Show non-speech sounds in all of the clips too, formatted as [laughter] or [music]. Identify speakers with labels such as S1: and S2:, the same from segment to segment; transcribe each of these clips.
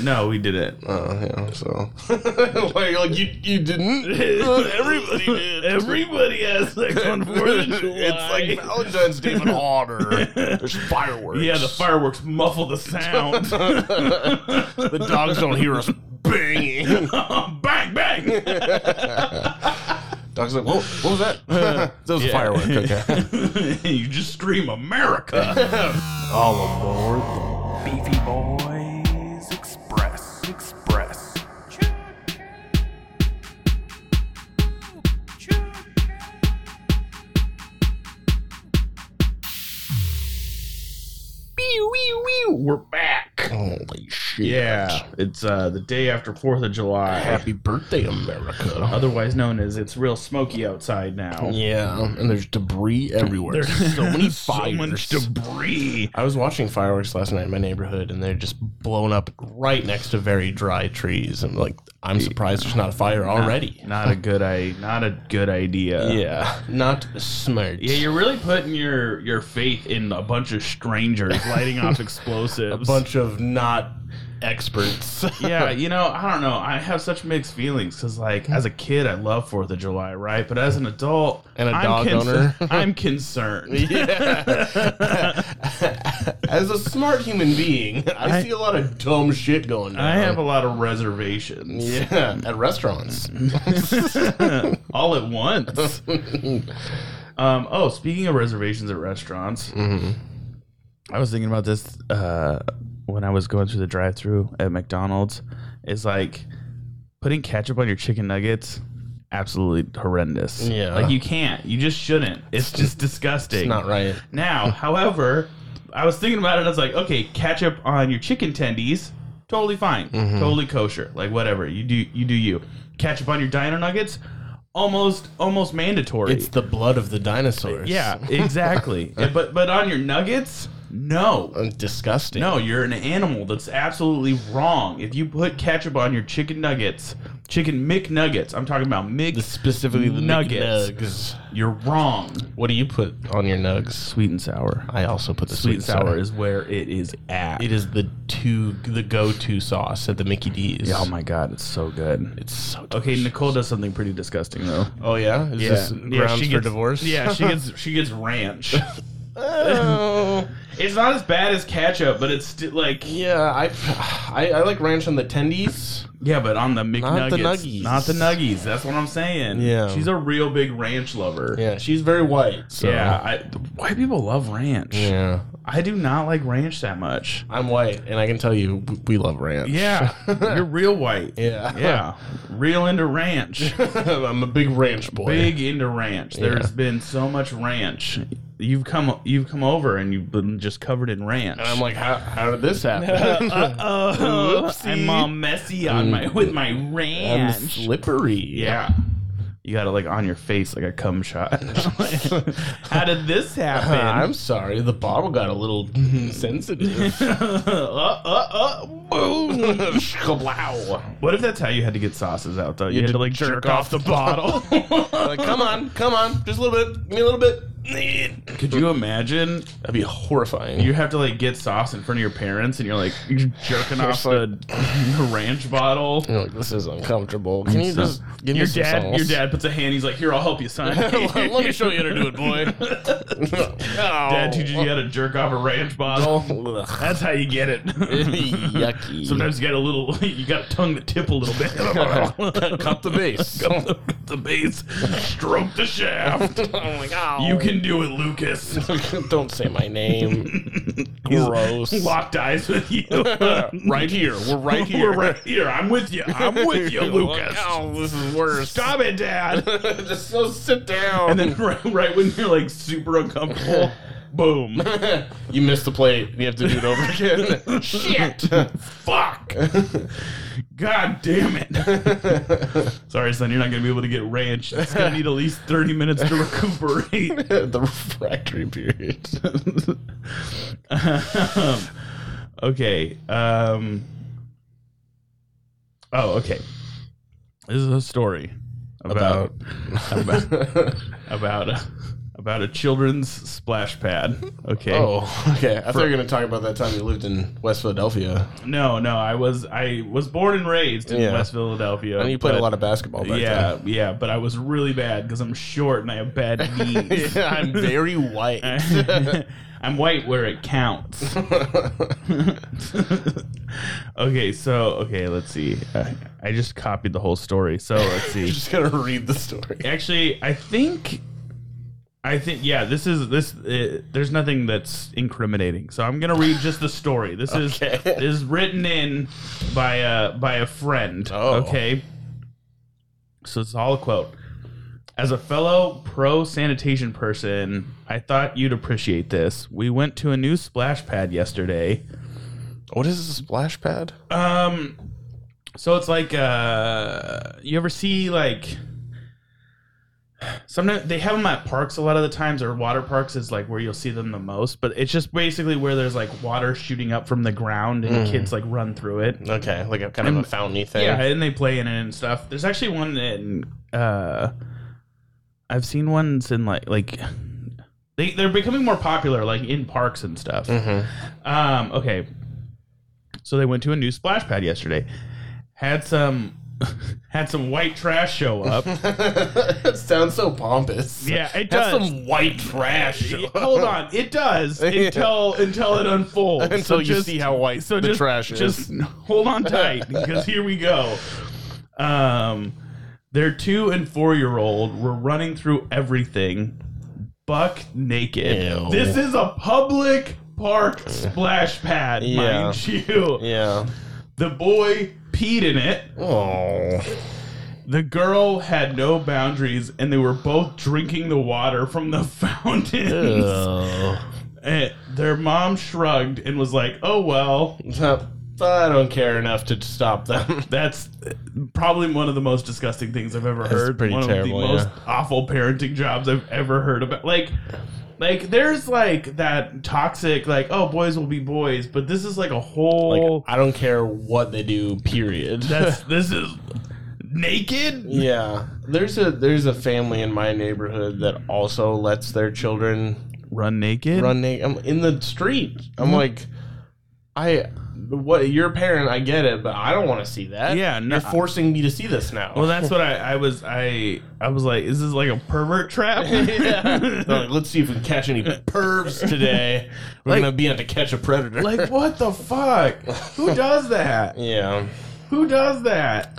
S1: No, we
S2: [laughs]
S1: didn't.
S2: Oh yeah,
S1: [laughs]
S2: so like, like you you [laughs] didn't.
S1: Everybody did. Everybody has sex on
S2: [laughs]
S1: Fourth of July.
S2: It's like Valentine's Day but harder. There's
S1: [laughs]
S2: fireworks.
S1: yeah, the fireworks muffle the
S2: [laughs]
S1: sound. [laughs]
S2: the dogs don't hear us banging.
S1: bang bang.
S2: dogs like, whoa, what
S1: [laughs]
S2: was that? [laughs] that was a firework. Okay.
S1: you just scream
S2: [laughs]
S1: America.
S2: All aboard.
S3: Beefy Boys Express. Express.
S1: We're back.
S2: Holy shit!
S1: Yeah, it's uh, the day after Fourth of July,
S2: Happy birthday, America.
S1: otherwise known as it's real smoky outside now.
S2: Yeah, and there's debris everywhere.
S1: There's
S2: so
S1: [laughs]
S2: many
S1: so
S2: fires.
S1: much debris.
S2: I was watching fireworks last night in my neighborhood, and they're just blown up right next to very dry trees. I'm like, I'm surprised there's not a fire already.
S1: Not a good i. Not a good idea.
S2: yeah, not smart.
S1: Yeah, you're really putting your your faith in a bunch of strangers lighting off [laughs] explosives.
S2: a bunch of not experts. [laughs]
S1: yeah, you know, I don't know. I have such mixed feelings because, like, as a kid, I love Fourth of July, right? But as an adult
S2: And a dog owner.
S1: I'm
S2: [laughs]
S1: concerned.
S2: yeah. As a smart human being, I, see a lot of dumb shit going down.
S1: I have a lot of reservations
S2: yeah, at restaurants.
S1: [laughs] all at once. um, oh, speaking of reservations at restaurants,
S2: Mm-hmm.
S1: I was thinking about this uh, when I was going through the drive-through at McDonald's. Is like putting ketchup on your chicken nuggets. Absolutely horrendous.
S2: Yeah.
S1: like you can't. You just shouldn't. It's just disgusting.
S2: It's not right. [laughs]
S1: Now, however, I was thinking about it and I was like, okay, ketchup on your chicken tendies, totally fine.
S2: Mm-hmm.
S1: Totally kosher. Like whatever. You do you do you. Ketchup on your dino nuggets, almost almost mandatory.
S2: It's the blood of the dinosaurs.
S1: yeah,
S2: [laughs]
S1: exactly. Yeah, but but on your nuggets, no.
S2: Uh, Disgusting.
S1: No, you're an animal. That's absolutely wrong. If you put ketchup on your chicken nuggets, chicken McNuggets, I'm talking about Mc,
S2: The- specifically the
S1: Nuggets.
S2: McNugs.
S1: you're wrong.
S2: What do you put on your nugs?
S1: Sweet and sour.
S2: I also put the
S1: Sweet and sour is where it is at.
S2: It is the two the go to sauce at the Mickey D's.
S1: Yeah, oh my god, it's so good.
S2: it's so
S1: Okay, Nicole does something pretty disgusting though.
S2: Oh yeah, is this grounds for
S1: gets,
S2: divorce?
S1: Yeah, she gets she gets ranch.
S2: [laughs] Oh.
S1: [laughs] it's not as bad as ketchup, but it's still like
S2: yeah, I, I I like ranch on the tendies.
S1: yeah, but on the McNuggets,
S2: Not the nuggies.
S1: not the nuggies. That's what I'm saying.
S2: Yeah.
S1: she's a real big ranch lover.
S2: Yeah, she's very white. So.
S1: yeah. I, the white people love ranch.
S2: yeah.
S1: I do not like ranch that
S2: [laughs]
S1: much.
S2: I'm white, and I can tell you, w- we love ranch.
S1: Yeah, you're real white.
S2: yeah,
S1: yeah, real into ranch.
S2: [laughs] I'm a big ranch boy.
S1: big into ranch. There's been so much ranch. You've come you've come over and you've been just covered in ranch.
S2: And
S1: [laughs]
S2: I'm like, how, how did this
S1: Uh,
S2: happen?
S1: oh,
S2: Whoopsie.
S1: I'm all messy on my with my
S2: [laughs] I'm
S1: ranch.
S2: slippery.
S1: Mm. yeah. You got it like on your face like a cum shot. [laughs] How did this
S2: Uh, [laughs]
S1: [laughs]
S2: I'm
S1: happen?
S2: sorry, the bottle got a little [laughs] sensitive.
S1: uh, uh, uh, [laughs] boom.
S2: Kablow.
S1: What if that's how you had to get sauces out though? You,
S2: had
S1: had
S2: to
S1: to like jerk, off the bottle.
S2: [laughs] Like, come on, come on, just a little bit, give me a little bit.
S1: Could you imagine
S2: That'd be horrifying.
S1: you have to like get sauce in front of your parents and you're like [laughs] you're jerking off the, the ranch bottle.
S2: You're like, this is uncomfortable. Can you
S1: So-
S2: just give me
S1: your
S2: some
S1: dad
S2: sauce?
S1: your dad puts a hand, he's like, Here, I'll help you, son. [laughs]
S2: [laughs] Let me show you how to do it, boy. [laughs]
S1: Dad teaches you how to jerk off a ranch [laughs] bottle. That's how you get
S2: [laughs]
S1: it. [laughs]
S2: Yucky.
S1: Sometimes you got a little you gotta tongue the tip a little bit.
S2: [laughs] cut the base.
S1: Cut the base, stroke the shaft.
S2: oh my god.
S1: You can do it, Lucas. [laughs]
S2: [laughs] Don't say my name.
S1: He's
S2: Gross.
S1: Locked eyes with you.
S2: [laughs] right here. We're right
S1: [laughs]
S2: here.
S1: We're right here. I'm with you. I'm with
S2: [laughs]
S1: you, Lucas.
S2: Oh, this is worse.
S1: Stop it, Dad.
S2: [laughs] just so sit down. [laughs]
S1: And then [laughs] right, right when you're like super uncomfortable, boom.
S2: you missed the plate. You have to do it over again. [laughs] [laughs] Shit.
S1: [laughs] Fuck. God damn it. Sorry, son, you're not gonna be able to get ranch. It's gonna need at least 30 minutes to recuperate. [laughs]
S2: the refractory [laughs] period.
S1: okay. Um. Oh, okay. This is a story about about about, uh, about a children's splash pad. Okay.
S2: [laughs] Oh, okay. I thought you were going to talk about that time you lived in West Philadelphia.
S1: No, no, I was I was born and raised in
S2: Yeah.
S1: West Philadelphia.
S2: And you played
S1: but-
S2: a lot of basketball back
S1: yeah, yeah, but I was really bad because I'm short and I have
S2: [laughs]
S1: bad
S2: then.
S1: knees.
S2: yeah, I'm very [laughs] white.
S1: [laughs] I'm white where it counts. okay, so okay, let's see. I, I just copied the whole story. So let's see.
S2: just going to read the story.
S1: Actually, I think, I think, yeah. This is this. Uh, there's nothing that's incriminating. So I'm gonna read just the story. This
S2: Okay.
S1: is this is written in by a by a friend.
S2: Oh.
S1: Okay. So it's all a quote. As a fellow pro sanitation person, I thought you'd appreciate this. We went to a new splash pad yesterday.
S2: What is a splash pad?
S1: Um, so it's like uh, you ever see like sometimes they have them at parks a lot of the times or water parks is like where you'll see them the most. But it's just basically where there's like water shooting up from the ground and kids like run through it.
S2: Okay, like a kind of a fountainy thing.
S1: Yeah, and they play in it and stuff. There's actually one in uh I've seen ones in like like they they're becoming more popular like in parks and stuff.
S2: Mm-hmm. [laughs]
S1: Um okay. So they went to a new splash pad yesterday. Had some [laughs] had some white trash show
S2: [laughs]
S1: up.
S2: that sounds so pompous.
S1: yeah, it
S2: That's
S1: does.
S2: some white trash.
S1: Hold on, it
S2: [laughs]
S1: does until until it unfolds.
S2: Until
S1: So
S2: you
S1: just-
S2: see how white
S1: so
S2: the
S1: just,
S2: trash
S1: just
S2: is.
S1: hold on
S2: [laughs]
S1: tight because here we go. Um, their two and four year old were running through everything, buck naked.
S2: Ew.
S1: This is a public park splash pad,
S2: Yeah.
S1: mind you.
S2: Yeah.
S1: The boy peed in it.
S2: [laughs] Oh.
S1: The girl had no boundaries, and they were both drinking the water from the [laughs] fountains. And their mom shrugged and was like, "Oh well."
S2: I don't care enough to stop them. [laughs]
S1: That's probably one of the most disgusting things I've ever heard.
S2: pretty
S1: one
S2: terrible,
S1: of the most
S2: yeah.
S1: awful parenting jobs I've ever heard about. Like like there's like that toxic like oh boys will be boys, but this is like a whole
S2: Like, I don't care what they do, period.
S1: Oh. that's this is naked?
S2: [laughs] yeah. There's a there's a family in my neighborhood that also lets their children
S1: Run naked?
S2: [laughs] run na- I'm in the street. I'm
S1: Mm-hmm.
S2: like I what you're a parent, I get it, but I don't want to see that.
S1: Yeah, no-
S2: You're forcing me to see this now.
S1: Well [laughs] that's what I, I was I I was like, is this like a pervert trap?
S2: [laughs] [laughs] yeah. They're like, let's see if we can catch any pervs today. We're
S1: Like-
S2: gonna be on to catch a
S1: [laughs]
S2: predator.
S1: like what the fuck? Who does that?
S2: [laughs] yeah,
S1: Who does that?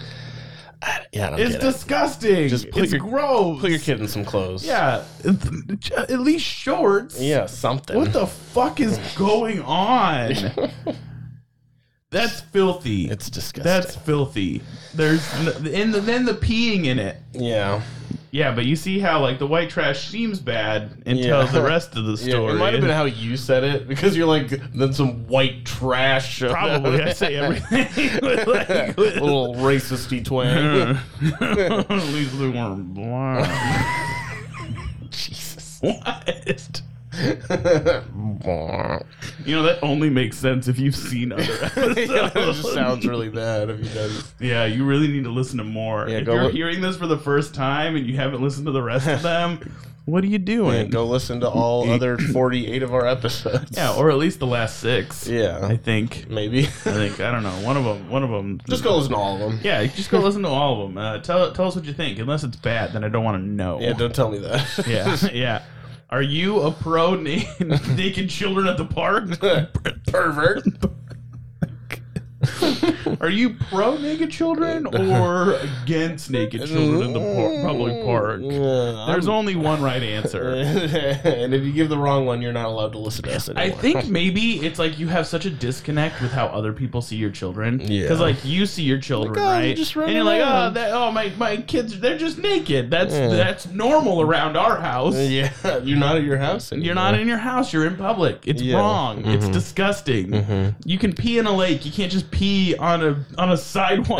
S2: yeah. I don't
S1: It's
S2: get it.
S1: disgusting.
S2: Just put
S1: it's
S2: your-
S1: gross.
S2: Put your kid in some clothes.
S1: Yeah, it's- at least shorts.
S2: yeah, something.
S1: What the fuck is going
S2: [laughs]
S1: on? That's filthy.
S2: It's disgusting.
S1: That's filthy. There's n- and the, then the peeing in it.
S2: yeah.
S1: Yeah, but you see how like the white trash seems bad until
S2: Yeah.
S1: the rest of the story.
S2: [laughs] Yeah, it might have been how you said it because you're like then some white trash. showed up. [laughs]
S1: probably. I say [laughs] everything. with, like, with-
S2: little racisty twang.
S1: at least they weren't blind.
S2: [laughs] Jesus.
S1: what?
S2: [laughs] it
S1: You know that only makes sense if you've seen
S2: [laughs]
S1: other episodes.
S2: just sounds really bad if you does.
S1: Yeah, you really need to listen to more.
S2: Yeah,
S1: if
S2: go
S1: you're
S2: look-
S1: hearing this for the first time and you haven't listened to the rest of
S2: [laughs]
S1: them, what are you doing?
S2: go listen to [laughs] all other 48 of our episodes.
S1: Yeah, or at least the last six. I
S2: yeah,
S1: think.
S2: maybe. [laughs]
S1: I think I don't know. One of them. One of them.
S2: just go listen to all of them.
S1: Yeah, just go listen to all of them. Uh, tell tell us what you think. Unless it's bad, then I don't want to know.
S2: Yeah, don't tell me that.
S1: yeah, [laughs] yeah. Are you a pro na- [laughs] naked children at the park?
S2: [laughs] Pervert.
S1: Are you pro naked children or against naked children in the par- public park? There's only one right [laughs] answer.
S2: [laughs] and if you give the wrong one, you're not allowed to listen to us
S1: I
S2: anymore.
S1: think maybe it's like you have such a disconnect with how other people see your children.
S2: Yeah.
S1: Because like you see your children,
S2: Like, oh,
S1: right?
S2: they're just
S1: and
S2: running
S1: you're like, oh,
S2: around.
S1: that, oh, my my kids, they're just naked. That's
S2: Yeah.
S1: that's normal around our house.
S2: [laughs] Yeah, you're not at your house anymore.
S1: You're not in your house. You're in public. It's
S2: Yeah. Mm-hmm.
S1: wrong. It's disgusting. You can pee in a lake. You can't just
S2: [laughs] Mm-hmm.
S1: pee on a on a sidewalk.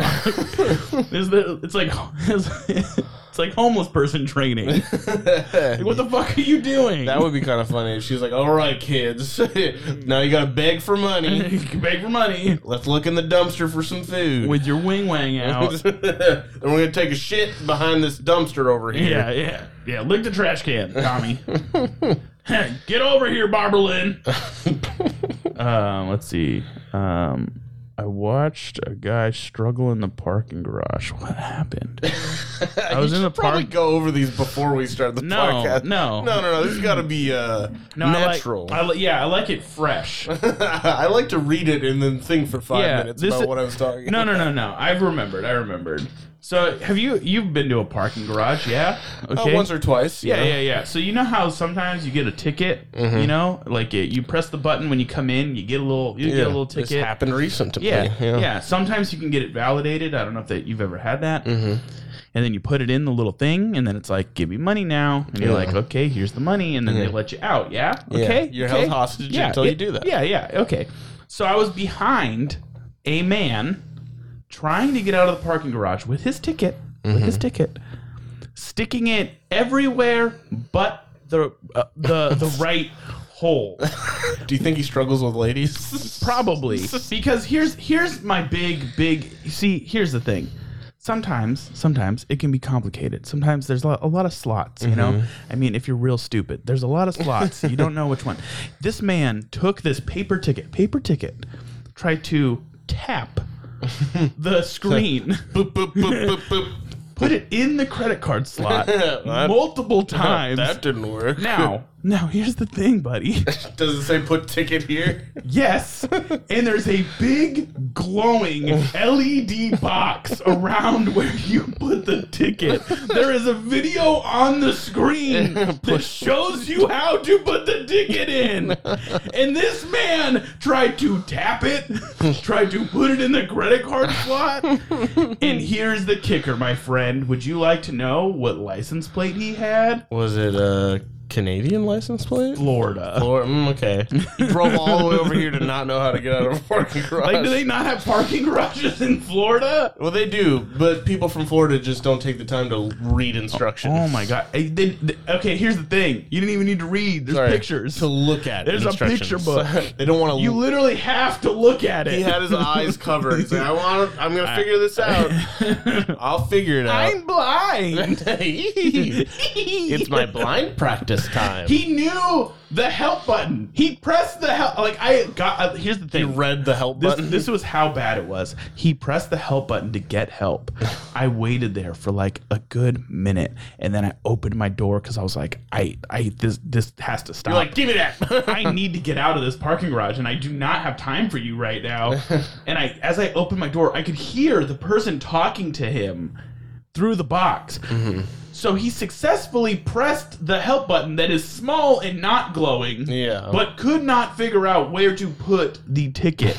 S1: There's the, it's like it's, It's like homeless person training. Like, what the fuck are you doing?
S2: That would be kind of funny if she's like, "All right, kids, [laughs] now you gotta beg for money.
S1: you can [laughs] beg for money
S2: Let's look in the dumpster for some food." [laughs]
S1: with your wing wang out.
S2: and we're gonna take a shit behind this dumpster over
S1: yeah,
S2: here.
S1: yeah, yeah. Lick the trash can,
S2: [laughs]
S1: Tommy. [laughs] Hey, Get over here, Barbara Lynn. um, let's see. Um, I watched a guy struggle in the parking garage. What
S2: [laughs]
S1: happened? I was in the
S2: Probably
S1: park.
S2: go over these before we start the
S1: No,
S2: podcast.
S1: no.
S2: no, no, no. This has got to be uh,
S1: I like-
S2: natural.
S1: I li- yeah, I like it fresh.
S2: [laughs] I like to read it and then think for five
S1: Yeah,
S2: minutes
S1: this
S2: about
S1: is-
S2: what I was talking.
S1: No, no, no, no. I've remembered. I remembered. So, have you you've been to a parking garage? Yeah.
S2: about. Uh, once or twice. you
S1: yeah,
S2: know.
S1: yeah, yeah. So you know how sometimes you get a ticket,
S2: Mm-hmm.
S1: you know, like it, you press the button when you come in, you get a little, you get a little
S2: This
S1: ticket.
S2: happened recent to
S1: Yeah,
S2: me.
S1: yeah, Sometimes you can get it validated. I don't know if that you've ever had that.
S2: Mm-hmm.
S1: And then you put it in the little thing, and then it's like, "Give me money now," and you're
S2: Yeah.
S1: like, "Okay, here's the money," and then they let you out. Yeah,
S2: Yeah.
S1: okay.
S2: You're
S1: okay.
S2: held hostage until
S1: yeah,
S2: you do that.
S1: Yeah, yeah, okay. So I was behind a man trying to get out of the parking garage with his ticket, with
S2: Mm-hmm.
S1: his ticket, sticking it everywhere but the uh, the the
S2: [laughs]
S1: right hole.
S2: Do you think he struggles with ladies? [laughs]
S1: Probably [laughs] because here's here's my big big. you See, here's the thing. Sometimes, sometimes it can be complicated. Sometimes there's a lot, a lot of slots, you know.
S2: Mm-hmm.
S1: I mean, if you're real stupid, there's a lot of slots. you don't know which one. This man took this paper ticket, paper ticket, tried to
S2: [laughs]
S1: tap the screen,
S2: boop, boop, boop, boop, boop.
S1: put it in the credit card slot
S2: [laughs] That-
S1: multiple times.
S2: Oh, That didn't work.
S1: now, now here's the thing, buddy.
S2: [laughs] Does it say put ticket here?
S1: Yes. And there's a big glowing LED box around where you put the ticket. There is a video on the screen that shows you how to put the ticket in. And this man tried to tap it, tried to put it in the credit card slot. And here's the kicker, my friend. Would you like to know what license plate he had?
S2: Was it a Canadian license plate?
S1: Florida.
S2: Or mm, okay, he drove all the way over here to not know how to get out of [laughs] a parking garage.
S1: Like, do they not have parking garages in Florida?
S2: well, they do, but people from Florida just don't take the time to read instructions.
S1: Oh my god! Hey, they- they- okay, here's the thing: you didn't even need to read. There's
S2: Sorry,
S1: pictures.
S2: to look at.
S1: There's a
S2: instructions.
S1: picture book.
S2: [laughs] they don't want to.
S1: you literally have to look at it.
S2: he had his eyes covered. He's like, I want. I'm gonna figure this out.
S1: [laughs]
S2: I'll figure it
S1: [laughs]
S2: out.
S1: I'm
S2: [laughs]
S1: blind.
S2: it's
S1: it's
S2: my blind practice time.
S1: He knew the help button. He pressed the help. Like I got. uh, here's the
S2: He
S1: thing.
S2: read the help
S1: this,
S2: button.
S1: this was how bad it was. He pressed the help button to get help. I waited there for like a good minute, and then I opened my door because I was like, "I, I, this, this has to stop."
S2: You're like, give me that.
S1: I need to get out of this parking garage and I do not have time for you right now. And I as I opened my door, I could hear the person talking to him through the box. So he successfully pressed the help button that is small and not glowing,
S2: Yeah.
S1: but could not figure out where to put the ticket.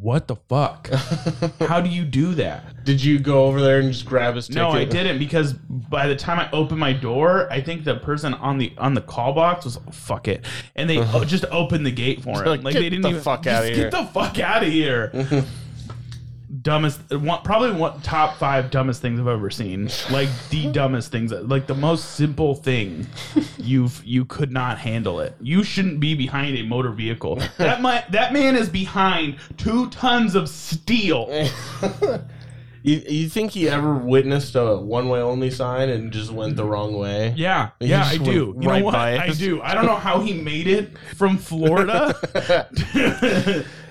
S1: what the fuck? How do you do that?
S2: [laughs] Did you go over there and just grab his ticket?
S1: No, I didn't because by the time I opened my door, I think the person on the on the call box was oh, fuck it, and they oh, just opened the gate for him.
S2: Uh-huh. Like,
S1: Like,
S2: "Get
S1: they didn't
S2: the
S1: even
S2: fuck outta
S1: just Get
S2: here."
S1: the fuck out of
S2: [laughs]
S1: here. dumbest, one, probably one top five dumbest things I've ever seen. Like
S2: [laughs]
S1: the dumbest things, like the most simple thing you've you could not handle it. You shouldn't be behind a motor
S2: [laughs]
S1: vehicle. That might, that man is behind two tons of steel.
S2: You, you think he ever witnessed a one way only sign and just went the wrong way?
S1: Yeah, yeah, I
S2: just
S1: do. You
S2: went
S1: know
S2: right
S1: what?
S2: by it.
S1: I do. I don't know how he made it from Florida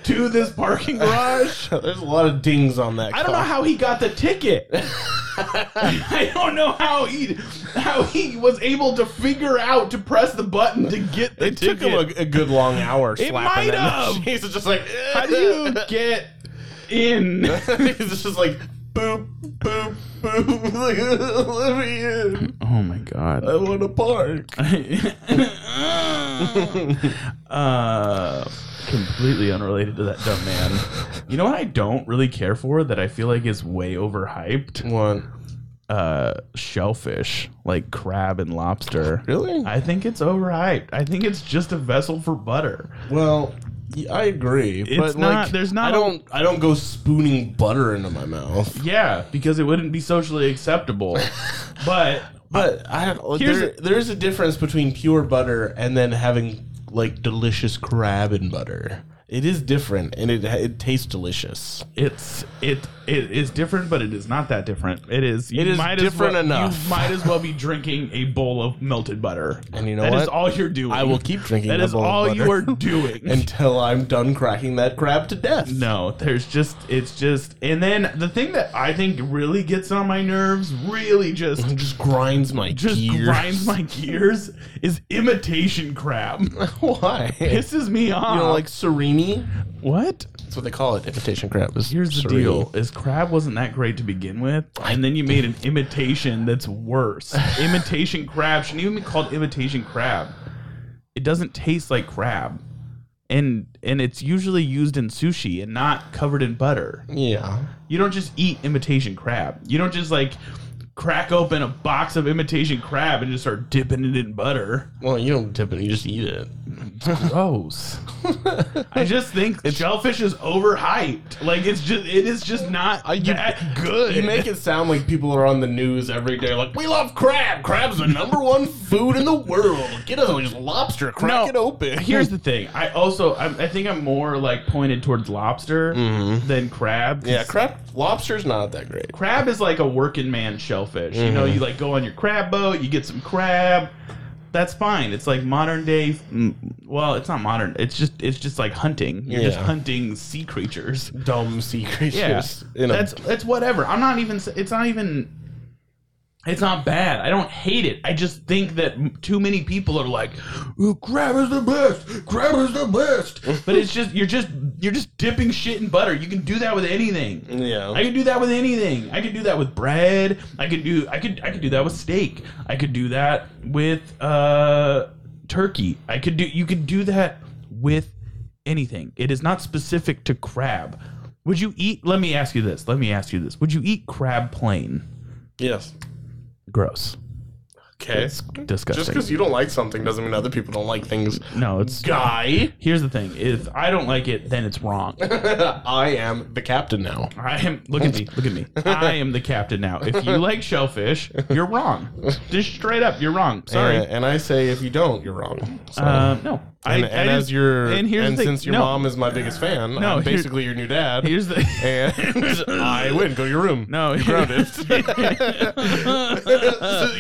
S1: to this parking garage.
S2: There's a lot of dings on that.
S1: I don't know how he got the ticket. I don't know how he how he was able to figure out to press the button to get the
S2: It
S1: ticket.
S2: took him a, a good long hour slapping
S1: might
S2: that
S1: have.
S2: [laughs] machine. He's just like,
S1: how do
S2: [laughs]
S1: you get in?
S2: He's just like, boop, boop, boop. [laughs] Like, Let me in.
S1: Oh my god.
S2: I want to park.
S1: uh, completely unrelated to that dumb man. You know what I don't really care for that I feel like is way overhyped?
S2: One.
S1: Uh, shellfish, like crab and lobster.
S2: Really?
S1: I think it's overhyped. I think it's just a vessel for butter.
S2: Well, Yeah, I agree,
S1: It's
S2: but
S1: not-
S2: like,
S1: there's not
S2: I
S1: a-
S2: don't. I don't go spooning butter into my mouth.
S1: Yeah, because it wouldn't be socially acceptable. but
S2: But I don't.
S1: Here's
S2: There, there is a difference between pure butter and then having like delicious crab and butter. It is different, and it it
S1: [laughs]
S2: tastes delicious.
S1: it's it it is different, but it is not that different. It is you
S2: It is
S1: as
S2: different
S1: well,
S2: enough.
S1: You might as well be drinking a bowl of melted butter.
S2: And you know
S1: That is
S2: what?
S1: all you're doing.
S2: I will keep drinking.
S1: That
S2: a
S1: is
S2: bowl of
S1: all
S2: butter
S1: you are
S2: [laughs]
S1: doing.
S2: until I'm done cracking that crab to death.
S1: No, there's just it's just and then the thing that I think really gets on my nerves, really just
S2: It just grinds my
S1: just
S2: gears.
S1: grinds my gears is imitation crab.
S2: [laughs] Why? You
S1: Pisses me off.
S2: know, like serene.
S1: what?
S2: Um, That's what they call it. Imitation crab is
S1: Here's the
S2: serene.
S1: deal: is crab wasn't that great to begin with, and then you made an imitation that's worse. imitation crab shouldn't even be called imitation crab. It doesn't taste like crab, and and it's usually used in sushi and not covered in butter.
S2: Yeah.
S1: You don't just eat imitation crab. You don't just like crack open a box of imitation crab and just start dipping it in butter.
S2: Well, you don't dip it. You just eat it.
S1: Gross. [laughs] I just think shellfish is overhyped. Like it's just it is just not that good.
S2: You make it sound like people are on the news every day, like we love crab. Crab's the number one food in the world. Get us just lobster, crack
S1: No.
S2: it open.
S1: Here's the thing. I also I, I think I'm more like pointed towards lobster than crab. 'cause
S2: [laughs] Mm-hmm. yeah, crab lobster's not that great.
S1: crab is like a working man shellfish. You know,
S2: Mm-hmm.
S1: you like go on your crab boat, you get some crab. That's fine. It's like modern day. mm, Well, it's not modern. It's just it's just like hunting. You're just
S2: Yeah.
S1: hunting sea creatures.
S2: Dumb sea
S1: Yeah,
S2: creatures. in a-
S1: that's that's whatever. I'm not even. s- It's not even. It's not bad. I don't hate it. I just think that m- too many people are like, "Oh, "Crab is the best. Crab is the best." but it's just you're just you're just dipping shit in butter. You can do that with anything.
S2: yeah.
S1: I could do that with anything. I could do that with bread. I could do I could I could do that with steak. I could do that with uh turkey. I could do you could do that with anything. It is not specific to crab. Would you eat let me ask you this. Let me ask you this. Would you eat crab plain?
S2: yes.
S1: Gross.
S2: Okay.
S1: disgusting.
S2: Just because you don't like something doesn't mean other people don't like things.
S1: No, it's
S2: Guy,
S1: Here's the thing. If I don't like it, then it's wrong.
S2: [laughs] I am the captain now.
S1: I am. Look at me. Look at me. I am the captain now. If you like shellfish, you're wrong. Just straight up, you're wrong. Sorry.
S2: And, and I say, if you don't, you're wrong. So-
S1: Um, no.
S2: and
S1: I,
S2: and
S1: I
S2: as
S1: just-
S2: your
S1: and
S2: and,
S1: here's the thing.
S2: since your
S1: No,
S2: mom is my biggest fan,
S1: No,
S2: I'm
S1: here-
S2: basically your new dad.
S1: here's the
S2: [laughs] and I win. Go to your room. [laughs]
S1: no. You're
S2: grounded.
S1: [laughs] you're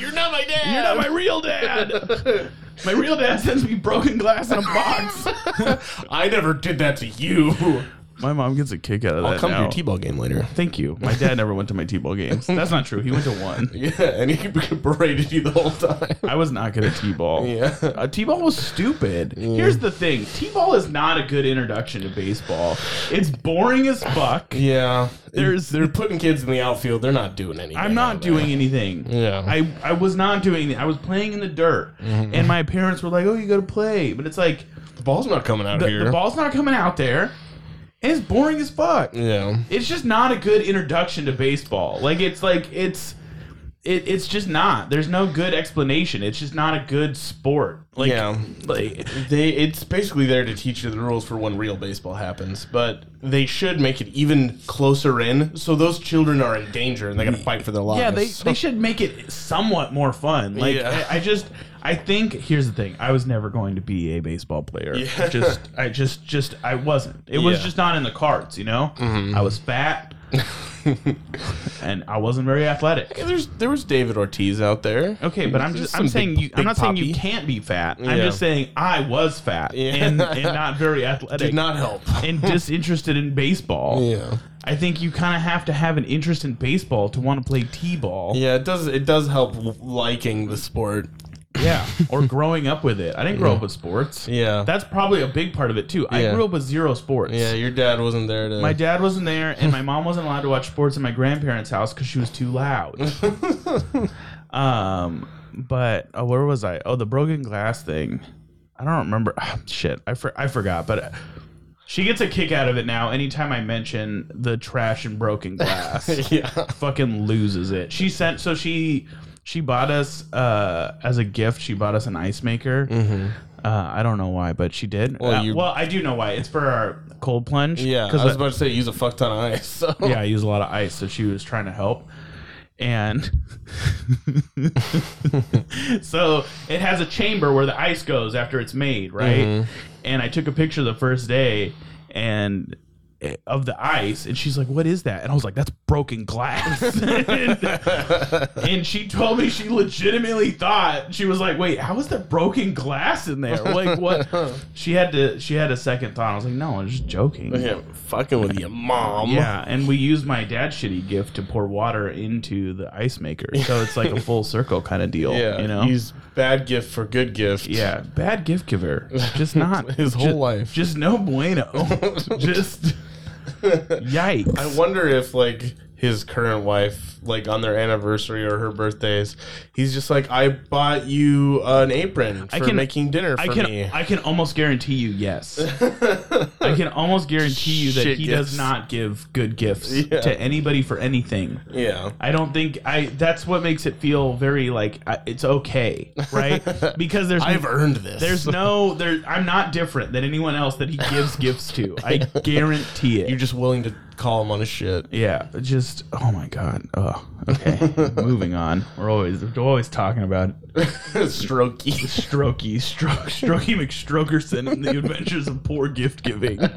S2: you're not my dad.
S1: not my real dad. My real dad sends me broken glass in a box.
S2: [laughs] I never did that to you.
S1: My mom gets a kick out of that.
S2: I'll come to
S1: now.
S2: your t-ball game later.
S1: Thank you. My dad never went to my t-ball games. That's not true. He went to
S2: [laughs]
S1: one.
S2: Yeah, and he berated you the whole time.
S1: I was not good at t-ball.
S2: Yeah.
S1: Uh, T-ball was stupid. Here's the thing: T-ball is not a good introduction to baseball. It's boring as fuck.
S2: Yeah.
S1: There's-
S2: they're putting kids in the outfield. They're not doing anything.
S1: I'm not
S2: out there.
S1: doing anything.
S2: Yeah.
S1: I, I was not doing it. I was playing in the dirt. And my parents were like, oh, you got to play. But it's like,
S2: The ball's not coming out
S1: the,
S2: here.
S1: the ball's not coming out there. And it's boring as fuck.
S2: yeah.
S1: It's just not a good introduction to baseball. Like, it's like, it's. It, it's just not. There's no good explanation. It's just not a good sport. Like,
S2: Yeah.
S1: like
S2: They it's basically there to teach you the rules for when real baseball happens, but they should make it even closer in so those children are in danger and they got to fight for their lives.
S1: Yeah, they, they should make it somewhat more fun. Like
S2: Yeah.
S1: I, I just I think here's the thing. I was never going to be a baseball player.
S2: Yeah.
S1: Just I just just I wasn't. It was
S2: Yeah.
S1: just not in the cards, you know?
S2: Mm-hmm.
S1: I was
S2: [laughs]
S1: fat and I wasn't very athletic.
S2: there's there was David Ortiz out there.
S1: Okay, but I'm just I'm
S2: Some
S1: saying
S2: big-
S1: you I'm
S2: big
S1: not saying you
S2: poppy.
S1: can't be fat. I'm
S2: Yeah.
S1: just saying I was fat
S2: Yeah.
S1: and, and not very athletic
S2: did not help.
S1: [laughs] and disinterested in baseball.
S2: Yeah.
S1: I think you kind of have to have an interest in baseball to want to play t-ball.
S2: Yeah, it does it does help liking the sport.
S1: Yeah, or growing up with it. I didn't grow up with sports.
S2: Yeah.
S1: That's probably a big part of it too. I
S2: Yeah.
S1: grew up with zero sports.
S2: yeah, your dad wasn't there to [laughs]
S1: My dad wasn't there, and my mom wasn't allowed to watch sports in my grandparents' house because she was too
S2: [laughs]
S1: loud. um, but oh, where was I? Oh, the broken glass thing. I don't remember. [sighs] Shit, I for, I forgot. But uh, she gets a kick out of it now. Anytime I mention the trash and broken glass,
S2: [laughs] Yeah.
S1: fucking loses it. She sent so she she bought us uh as a gift. She bought us an ice maker. Uh, I don't know why, but she did.
S2: Mm-hmm. Well,
S1: Uh,
S2: you-
S1: well, I do know why. It's for our cold plunge. [laughs]
S2: Yeah, I was about to say use a fuck ton of ice. So. [laughs]
S1: yeah, I use a lot of ice, so she was trying to help. And [laughs] so it has a chamber where the ice goes after it's made, right? And I took a picture the first day and of the ice, and she's like, "What is that?" And I was like, "That's broken glass." [laughs] and, she told me she legitimately thought she was like, "Wait, how is there broken glass in there?" Like, what? she had to. She had a second thought. I was like, "No, I'm just joking."
S2: Yeah, fucking with you, mom.
S1: Yeah, and we used my dad's shitty gift to pour water into the ice maker. So it's
S2: [laughs]
S1: like a full circle kind of deal.
S2: yeah.
S1: you know.
S2: use bad gift for good gift.
S1: yeah, bad gift
S2: [laughs]
S1: giver. Just not
S2: His whole
S1: ju-
S2: life.
S1: Just no
S2: [laughs]
S1: bueno. just yikes.
S2: I wonder if like his current wife, like on their anniversary or her birthdays, he's just like, I bought you an apron for
S1: I can-
S2: making dinner for
S1: I can
S2: me.
S1: I can almost guarantee you
S2: [laughs]
S1: yes. I can almost guarantee you that
S2: Shit
S1: he
S2: gifts.
S1: does not give good gifts
S2: Yeah.
S1: to anybody for anything.
S2: yeah.
S1: I don't think I. That's what makes it feel very like I, it's okay,
S2: [laughs]
S1: right? Because there's
S2: I've earned this.
S1: There's no there I'm not different than anyone else that he gives gifts to.
S2: [laughs]
S1: I guarantee it.
S2: [laughs] You're just willing to call him on his shit. [laughs]
S1: yeah, just oh my god. Oh,
S2: [laughs]
S1: okay. Moving on. We're always we're always talking about
S2: Strokey.
S1: Strokey, Stroke, Strokey McStrokerson and the Adventures of Poor Gift Giving.
S2: [laughs]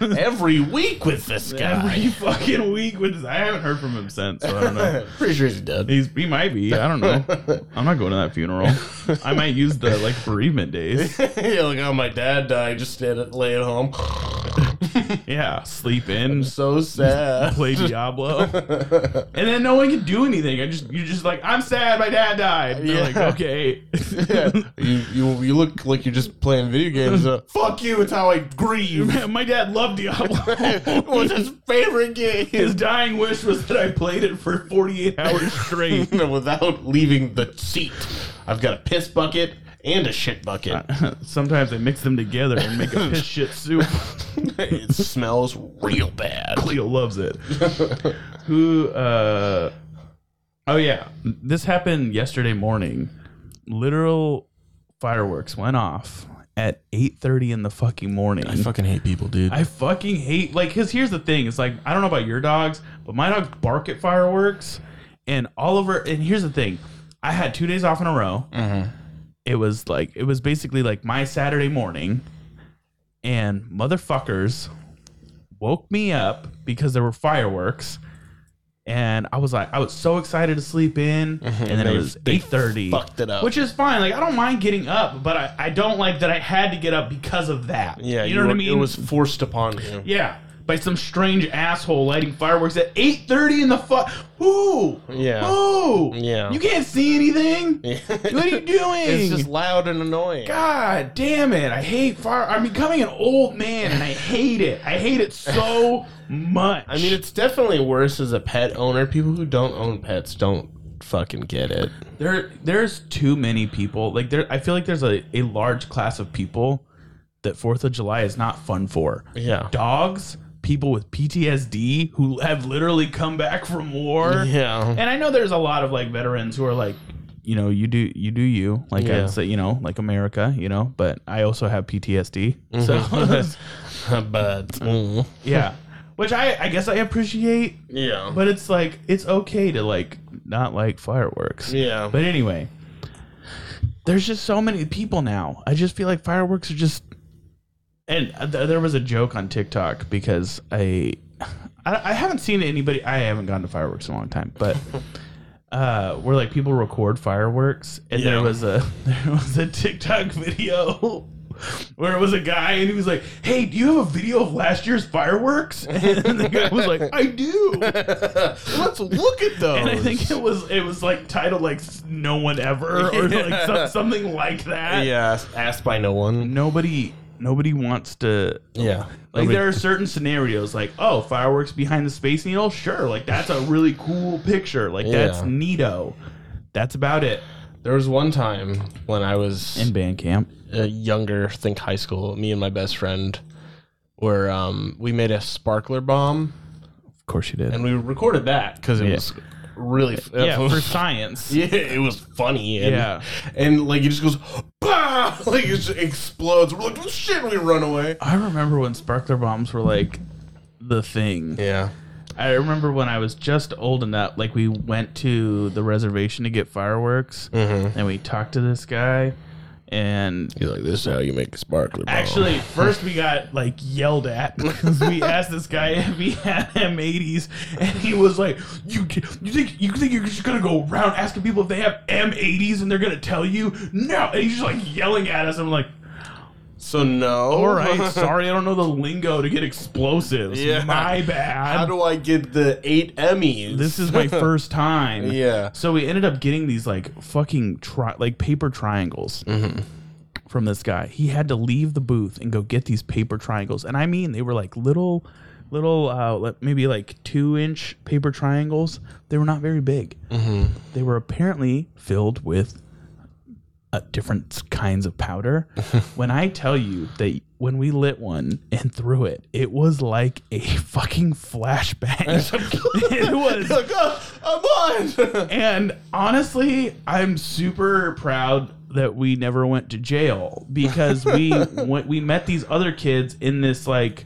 S2: Every week with this guy.
S1: Every fucking week, which is, I haven't heard from him since. So I don't know.
S2: Pretty sure he's dead.
S1: He's, he might be. I don't know. I'm not going to that funeral. I might use the like bereavement
S2: [laughs]
S1: days.
S2: [laughs] yeah, like oh my dad died, just stayed at, lay at home. [laughs]
S1: Yeah, sleep in,
S2: so sad.
S1: play Diablo, and
S2: [laughs]
S1: then no one can do anything. I just you're just like I'm sad. My dad died. And they're like
S2: Yeah.
S1: okay,
S2: Yeah. [laughs] you, you you look like you're just playing video games. Uh, [laughs] Fuck you! It's how I [laughs] grieve.
S1: my dad loved
S2: [laughs]
S1: Diablo.
S2: What's his favorite [laughs] game?
S1: His dying wish was that I played it for 48 hours straight.
S2: Without leaving the seat, I've got a piss bucket and a shit bucket. [laughs]
S1: Sometimes I mix them together and make a piss shit soup.
S2: it smells real bad.
S1: Cleo loves it. Who? uh Oh yeah, this happened yesterday morning. Literal fireworks went off at 8:30 in the fucking morning.
S2: fucking hate people, dude.
S1: I fucking hate like cuz here's the thing, it's like I don't know about your dogs, but my dogs bark at fireworks and Oliver and here's the thing. I had 2 days off in a row.
S2: Mm-hmm.
S1: It was like it was basically like my Saturday morning and motherfuckers woke me up because there were fireworks and I was like I was so excited to sleep in and then
S2: Mm-hmm. They-
S1: it was
S2: they
S1: 8:30
S2: fucked it up.
S1: which is fine like I don't mind getting up but I, I don't like that I had to get up because of that
S2: yeah,
S1: you know what I
S2: were-
S1: mean
S2: It was forced upon you.
S1: yeah, by some strange asshole lighting fireworks at 8:30 in the fuck. Who?
S2: Yeah.
S1: Who?
S2: Yeah.
S1: You can't see
S2: [laughs]
S1: anything. What are you doing?
S2: it's just loud and annoying.
S1: God damn it! I hate fire. I'm becoming an old man, and I hate it. I hate it so
S2: [laughs]
S1: much.
S2: I mean, it's definitely worse as a pet owner. People who don't own pets don't fucking get it.
S1: there there's too many people. Like there, I feel like there's a, a large class of people that Fourth of July is not fun for.
S2: Yeah.
S1: Dogs, people with PTSD who have literally come back from war.
S2: Yeah. [laughs]
S1: and I know there's a lot of like veterans who are like, you know, you do you do you, like
S2: Yeah.
S1: I'd say, you know, like America, you know. But I also have PTSD, so [laughs]
S2: but Mm.
S1: yeah, which I I guess I appreciate,
S2: yeah,
S1: but it's like it's okay to like not like fireworks,
S2: yeah,
S1: But anyway, there's just so many people now. I just feel like fireworks are just. And th- there was a joke on TikTok because I, I, I haven't seen anybody. I haven't gone to fireworks in a long time, but. Uh, where like people record fireworks, and
S2: Yeah.
S1: there was a [laughs] there was a TikTok video [laughs] where it was a guy and he was like, "Hey, do you have a video of last year's fireworks?" [laughs] And the guy was like, "I do."
S2: Let's look at those.
S1: And I think Oh, it was it was like titled like s- "No One Ever" [laughs] or like some, something like that.
S2: yeah, asked by no one.
S1: Nobody nobody wants to
S2: Yeah,
S1: like. there are certain scenarios like oh fireworks behind the Space Needle, sure, like that's a really cool picture, like that's
S2: Yeah.
S1: neato. That's about it
S2: there was one time when I was
S1: in band camp.
S2: uh, younger, I think high school. Me and my best friend were um, we made a sparkler bomb
S1: Of course you did.
S2: and [laughs] we recorded that because it
S1: Yeah.
S2: was really [laughs]
S1: yeah, for science.
S2: yeah, it was funny. And,
S1: Yeah.
S2: and like it just goes, bah! [laughs] Like it just explodes. We're like, "Oh, shit, we run away.
S1: I remember when sparkler bombs were like the thing.
S2: Yeah.
S1: I remember when I was just old enough, like we went to the reservation to get fireworks,
S2: Mm-hmm.
S1: and we talked to this guy, and
S4: You're like, this is how you make a sparkler bomb.
S2: Oh.
S1: Actually, first we got like yelled at [laughs] because we asked this guy if he had M80s, and he was like, "You you think you think you're just gonna go around asking people if they have M80s and they're gonna tell you no?" And he's just like yelling at us. I'm like,
S2: So no.
S1: "All
S2: [laughs]
S1: right, sorry, I don't know the lingo to get explosives.
S2: Yeah.
S1: My bad.
S2: How do I get the eight Emmys?
S1: this is
S2: [laughs]
S1: my first time."
S2: yeah.
S1: So we ended up getting these like fucking tri- like paper triangles from this guy. He had to leave the booth and go get these paper triangles, and I mean they were like little, little, uh, li- maybe like two inch paper triangles. They were not very big. They were apparently filled with uh, different kinds of powder. when I tell you that when we lit one and threw it, it was like a [laughs] fucking flashbang. it
S2: [laughs]
S1: was
S2: Like, oh, I'm
S1: [laughs]
S2: on.
S1: and honestly, I'm super proud that we never went to jail because
S2: [laughs]
S1: we went, we met these other kids in this like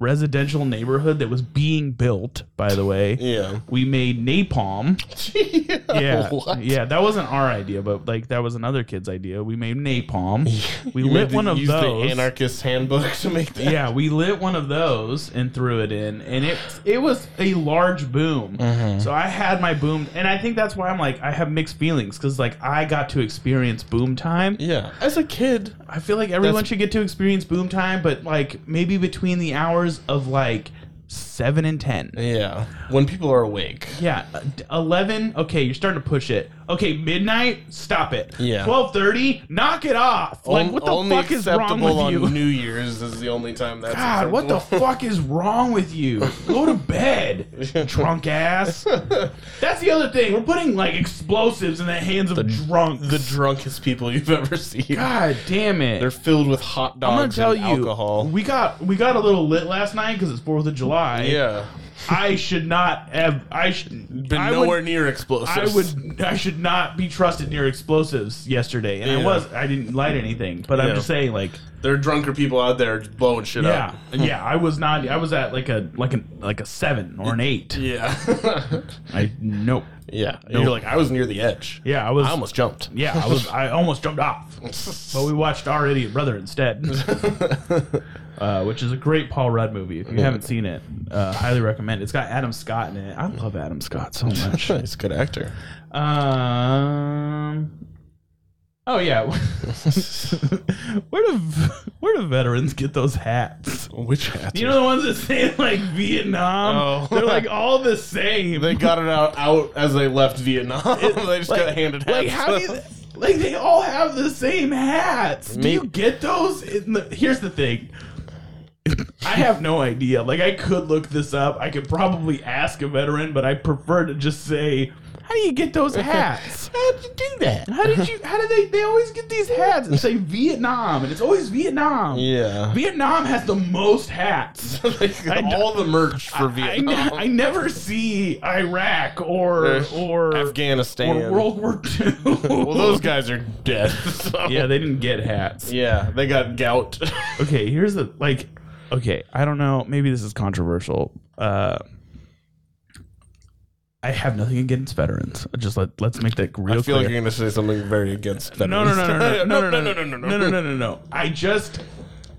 S1: residential neighborhood that was being built. By the way,
S2: yeah.
S1: we made napalm.
S2: [laughs]
S1: Yeah,
S4: What?
S1: yeah, that wasn't our idea, but like that was another kid's idea. We made
S2: [laughs]
S1: napalm. We lit one of
S2: Use the
S1: those.
S2: anarchist handbook to make
S1: [laughs]
S2: that.
S1: yeah, we lit one of those and threw it in, and it it was a large boom.
S2: Mm-hmm.
S1: So I had my boom, and I think that's why I'm like I have mixed feelings because like I got to experience boom time.
S2: Yeah. As a kid,
S1: I feel like everyone
S2: That's-
S1: should get to experience boom time, but like maybe between the hours of like seven and ten.
S2: Yeah. When people are awake.
S1: Yeah, uh, d- eleven. Okay, you're starting to push it. Okay, midnight. Stop it.
S2: Yeah.
S1: twelve thirty. Knock it off. Like
S2: On-
S1: what the
S2: only
S1: fuck is wrong
S2: acceptable
S1: with you?
S2: on New Year's is the only time that's
S1: God, what the
S2: acceptable.
S1: fuck is wrong with you? Go to
S2: [laughs]
S1: bed, drunk ass. That's the other thing. We're putting like explosives in the hands of drunks.
S2: [laughs] the drunkest people you've ever seen.
S1: God damn it.
S2: They're filled with hot
S1: I'm gonna
S2: dogs
S1: tell
S2: and
S1: you,
S2: alcohol.
S1: we got we got a little lit last night because it's Fourth of July.
S2: yeah.
S1: I should not have. I should
S2: Been
S1: I would-
S2: nowhere near explosives.
S1: I would I should not be trusted near explosives yesterday, and I
S2: Yeah.
S1: was I didn't light anything, but
S2: Yeah.
S1: I'm just saying like
S2: There are drunker people out there blowing shit
S1: yeah
S2: up.
S1: yeah I was not I was at like a like an like a seven or an eight.
S2: Yeah.
S1: I nope.
S2: [laughs] yeah. You're like, I was near the edge.
S1: Yeah, I was.
S2: I almost jumped.
S1: [laughs] yeah, I was. I almost jumped off, but we watched Our Idiot Brother
S2: [laughs]
S1: instead, uh, which is a great Paul Rudd movie. If you haven't seen it, uh, highly recommend. It's got Adam Scott in it. I love Adam Scott so
S2: [laughs]
S1: much.
S2: He's a good actor.
S1: Um. Oh yeah, [laughs] where do where do veterans get those hats?
S2: Which actor?
S1: You know the ones that say like Vietnam.
S2: Oh.
S1: They're like all the same.
S2: they got it out, out as they left Vietnam. [laughs] they just got handed
S1: Like
S2: hats.
S1: how do you, like they all have the same hats? Do
S2: Me-
S1: you get those? In the, here's the thing. I have no idea. Like I could look this up. I could probably ask a veteran, but I prefer to just say, "How do you get those hats?
S2: [laughs] How'd you do that?
S1: how did you? How did they? They always get these hats and say Vietnam, and it's always Vietnam. [laughs]
S2: [laughs] Yeah.
S1: Vietnam has the most
S2: [laughs]
S1: hats.
S2: Like,
S1: I d-
S2: all the merch for
S1: I,
S2: Vietnam.
S1: ne- I never see Iraq or
S2: Uh,
S1: or
S2: Afghanistan.
S1: or World War II.
S2: [laughs]
S1: [laughs]
S2: well, those guys are dead. [laughs] so-
S1: yeah, they didn't get hats.
S2: Yeah, they got gout. [laughs]
S1: Okay, here's the like. Okay, I don't know. Maybe this is controversial. Uh, I have nothing against veterans. Just let let's make that real
S2: I feel like
S1: clear.
S2: you're gonna say something very against
S1: no, no,
S2: veterans.
S1: no, no, no, no, no,
S2: [laughs] no, no,
S1: no,
S2: no,
S1: no, no, no, no. I just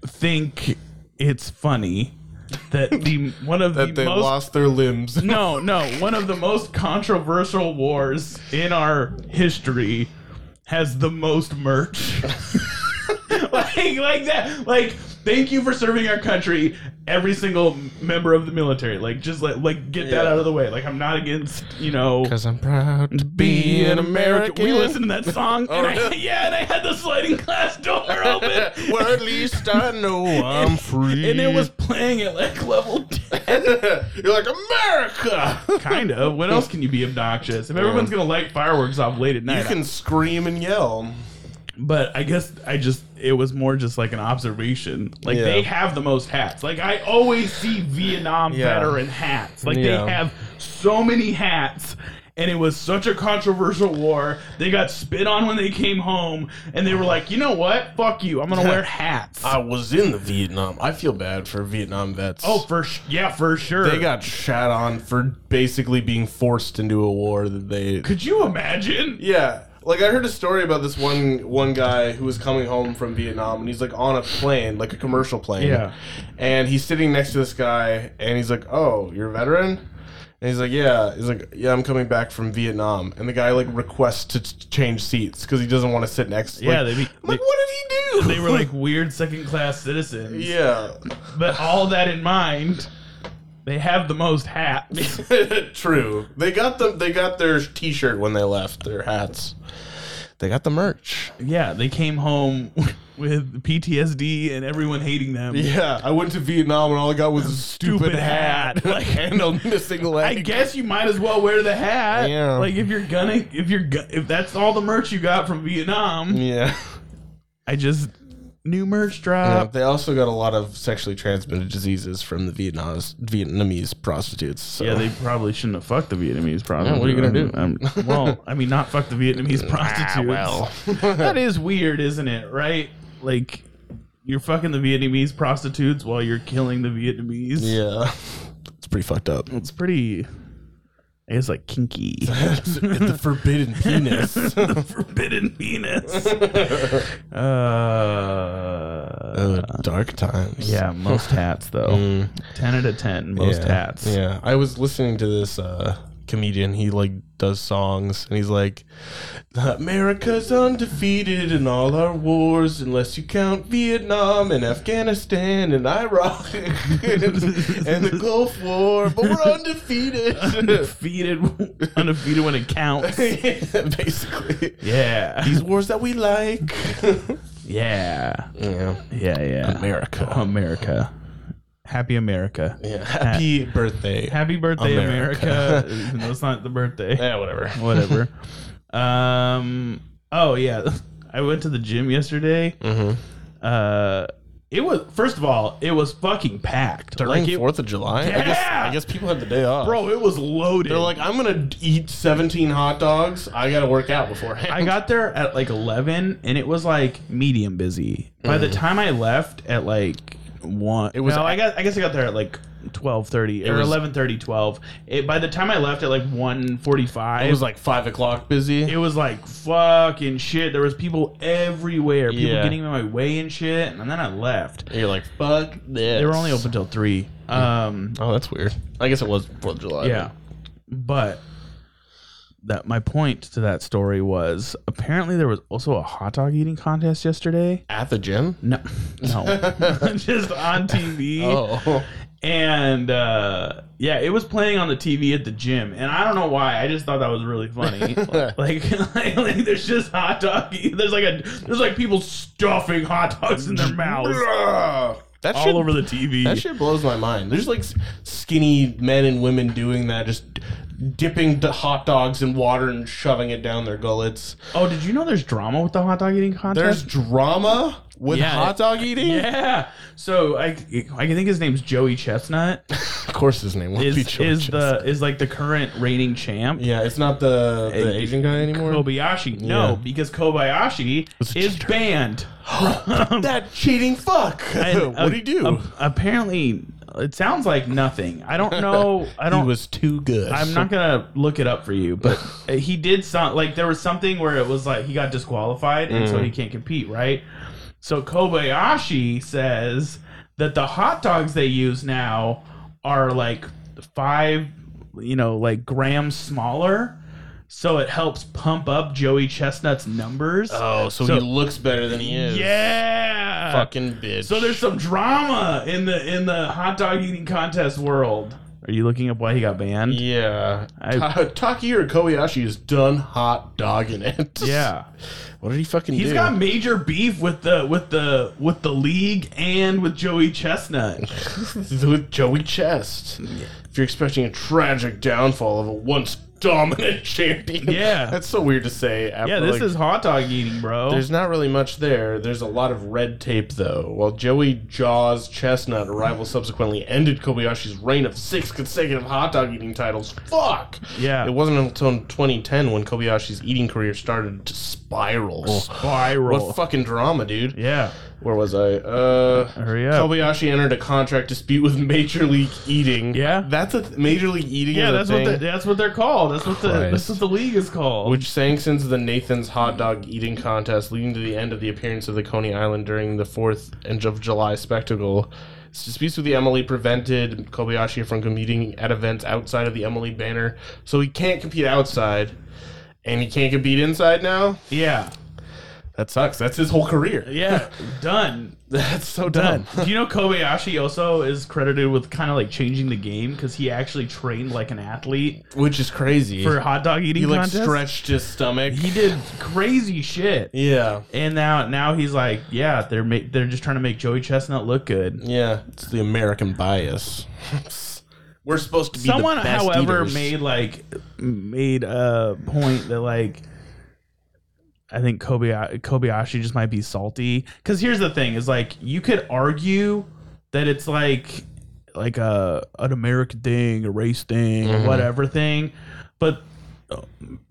S1: think it's funny that the one of
S2: That
S1: the
S2: they
S1: most
S2: lost their limbs.
S1: no, no. One of the most controversial wars in our history has the most merch. [laughs] like, like that. Like, thank you for serving our country. Every single member of the military. Like, just like, like get that
S2: Yeah.
S1: out of the way. Like, I'm not against, you know.
S2: Because I'm proud to be an American.
S1: We listened to that [laughs] song, and I,
S2: really?
S1: yeah, and I had the sliding glass [laughs] door open,
S2: well, at least I know I'm free.
S1: and it was playing at like level [laughs] 10.
S2: [laughs] You're like America.
S1: Kind of. What else can you be obnoxious? If everyone's gonna light fireworks off late at night,
S2: You can scream and yell.
S1: But I guess I just it was more just like an observation. Like
S2: Yeah.
S1: they have the most hats. Like I always see Vietnam
S2: Yeah.
S1: veteran hats. Like
S2: Yeah.
S1: they have so many hats. and it was such a controversial war. They got spit on when they came home, and they were like, you know what? Fuck you. I'm gonna
S2: [laughs]
S1: wear hats.
S2: I was in the Vietnam. I feel bad for Vietnam vets.
S1: oh, for sh- yeah, for sure.
S2: they got shot on for basically being forced into a war that they
S1: Could you imagine?
S2: Yeah. Like I heard a story about this one one guy who was coming home from Vietnam and he's like on a plane, like a commercial plane.
S1: Yeah.
S2: And he's sitting next to this guy and he's like, "Oh, you're a veteran?" And he's like, "Yeah." He's like, "Yeah, I'm coming back from Vietnam." And the guy like requests to t- change seats cuz he doesn't want to sit next
S1: Yeah,
S2: like,
S1: they be-
S2: I'm like, "What did he do?"
S1: [laughs] They were like weird second class citizens.
S2: [laughs] Yeah. [laughs]
S1: But all that in mind, they have the most
S2: [laughs]
S1: hats.
S2: True. They got them they got their t-shirt when they left, their hats. They got the merch.
S1: yeah, they came home [laughs] with PTSD and everyone hating them.
S2: Yeah, I went to Vietnam and all I got was a stupid,
S1: Stupid
S2: hat, [laughs]
S1: hat. [laughs] Like-
S2: and a missing leg.
S1: I guess you might as well wear the hat.
S2: Yeah.
S1: Like if you're gonna, if you're go- if that's all the merch you got from Vietnam,
S2: Yeah.
S1: I just new merch
S2: Uh,
S1: drop.
S2: they also got a lot of sexually transmitted diseases from the Vietnamese Vietnamese prostitutes. So.
S1: Yeah, they probably shouldn't have fucked the Vietnamese prostitute.
S2: Yeah, what are you gonna do? Ah,
S1: Um, um, well, I mean, not fuck the Vietnamese prostitutes. [laughs] that is weird, isn't it? Right? Like, you're fucking the Vietnamese prostitutes while you're killing the Vietnamese.
S2: [laughs] yeah. It's pretty fucked [laughs] up.
S1: It's pretty. It's like kinky,
S2: It's the forbidden penis.
S1: the [laughs] forbidden penis. [laughs] Uh,
S2: [laughs] Uh, dark times.
S1: yeah, most hats though. Ten out of ten, most
S2: Mm. Yeah.
S1: hats.
S2: Yeah, I was listening to this uh, comedian. He like does songs, and he's like, "America's undefeated in all our wars, unless you count Vietnam and Afghanistan and Iraq [laughs] and, the Gulf War, but we're undefeated." [laughs]
S1: Undefeated, [laughs] undefeated when it counts.
S2: Basically,
S1: Yeah,
S2: these wars that we like.
S1: [laughs] yeah,
S2: yeah,
S1: yeah, yeah.
S2: America.
S1: America, happy America.
S2: Yeah, happy birthday.
S1: Happy birthday, America.
S2: America. [laughs]
S1: no, it's not the birthday.
S2: yeah, Eh, whatever.
S1: whatever. [laughs] um. Oh yeah, [laughs] I went to the gym yesterday.
S2: Mm-hmm.
S1: Uh, it was first of all, it was fucking packed.
S2: During
S1: Like it,
S2: Fourth of July, I guess
S1: Yeah!
S2: I guess people had the day off.
S1: bro, it was loaded.
S2: They're like, I'm gonna eat 17 hot dogs. I gotta work out beforehand.
S1: I got there at like eleven, and it was like medium busy. By the time I left at like one, it
S2: Mm. was-
S1: No, I got. I guess I got there at like. 12:30 or
S2: was-
S1: 11:30 12 it, by the time I left at like 1:45
S2: [laughs] it was like five o'clock busy.
S1: it was like fucking shit. There was people everywhere, people
S2: Yeah.
S1: getting in my way and shit. And then I left.
S2: And you're like, fuck this.
S1: They were only open till three. Um,
S2: Oh, that's weird. I guess it was Fourth of July.
S1: yeah, but that my point to that story was apparently there was also a hot dog eating contest yesterday.
S2: At the gym.
S1: No, [laughs] no, [laughs]
S2: [laughs]
S1: just on TV.
S2: Oh,
S1: And uh, yeah, it was playing on the TV at the gym, and I don't know why. I just thought that was really
S2: [laughs]
S1: funny. like, [laughs] like, like, there's just hot dog. There's like a there's like people stuffing hot dogs in their
S2: [laughs]
S1: mouths
S2: that
S1: all
S2: shit,
S1: over the TV.
S2: That shit blows my mind. There's like s- skinny men and women doing that, just dipping the hot dogs in water and shoving it down their gullets.
S1: oh, did you know there's drama with the hot dog eating
S2: There's
S1: contest?
S2: drama with
S1: Yeah.
S2: hot dog eating.
S1: yeah. So I I think his name's Joey
S2: [laughs]
S1: Chestnut.
S2: Of course, his name won't
S1: Is
S2: be
S1: is
S2: George.
S1: the is like the current reigning champ.
S2: Yeah, it's not the, the Asian guy anymore.
S1: Kobayashi, no,
S2: Yeah.
S1: because Kobayashi
S2: a
S1: is
S2: cheater.
S1: banned. from-
S2: that cheating fuck.
S1: [laughs] And,
S2: [laughs] what
S1: uh,
S2: do you do?
S1: ap- apparently, it sounds like nothing. I don't
S2: [laughs]
S1: know. I
S2: he
S1: don't.
S2: was too good.
S1: I'm not gonna look it up for you,
S2: [laughs]
S1: but uh, he did sound like there was something where it was like he got disqualified and
S2: Mm.
S1: so he can't compete, right? So Kobayashi says that the hot dogs they use now are like five, you know, like grams smaller. So it helps pump up Joey Chestnut's numbers.
S2: Oh, so,
S1: So-
S2: he looks better than he is.
S1: yeah.
S2: Fucking bitch.
S1: So there's some drama in the in the hot dog eating contest world. Are you looking up why he got banned?
S2: Yeah.
S1: I-
S2: Ta- Taki or Kobayashi is done hot dogging it. [laughs]
S1: Yeah.
S2: What did he fucking
S1: He's
S2: do? [laughs]
S1: got major beef with the with the with [laughs] the league and with Joey Chestnut.
S2: with Joey Chest. If you're expecting a tragic downfall of a once dominant [laughs] champion,
S1: Yeah.
S2: that's so weird to say. After,
S1: Yeah, this
S2: like,
S1: is hot dog eating, bro.
S2: There's not really much there. There's a lot of red tape, though. While Joey Jaws Chestnut arrival subsequently ended Kobayashi's reign of six consecutive hot dog eating titles, fuck!
S1: Yeah.
S2: It wasn't until 2010 when Kobayashi's eating career started to spiral.
S1: spiral.
S2: What fucking drama, dude?
S1: Oh, yeah.
S2: Where was I? Uh,
S1: Hurry up.
S2: Kobayashi entered a contract dispute with Major League Eating.
S1: Yeah.
S2: that's a th- Major League Eating.
S1: Yeah,
S2: is a
S1: that's what
S2: thing.
S1: the, that's what they're called. That's what the that's
S4: Christ.
S1: what the league is called.
S2: which sanctions the Nathan's hot dog eating contest, leading to the end of the appearance of the Coney Island during the Fourth and of July spectacle. Its disputes with the Emily prevented Kobayashi from competing at events outside of the Emily banner, so he can't compete outside, and he can't compete inside now.
S1: yeah.
S2: That sucks. That's his whole career. [laughs]
S1: [laughs] Yeah. Done.
S2: That's so
S1: Done.
S2: dumb.
S1: Do you know Kobayashi also is credited with kind of like changing the game because he actually trained like an athlete
S2: [laughs] Which is crazy.
S1: for hot dog eating
S2: he like
S1: contest.
S2: stretched his stomach.
S1: He did crazy shit.
S2: Yeah.
S1: And now now he's like, yeah, they're ma- they're just trying to make Joey Chestnut look good.
S2: Yeah. It's the American bias. [laughs] We're supposed to be
S1: Someone,
S2: the best
S1: however,
S2: eaters.
S1: made like made a point that like I think Kobe Kobayashi just might be salty. Because here's the thing: is like you could argue that it's like like a an American thing, a race thing,
S2: Mm-hmm.
S1: or whatever thing, but uh,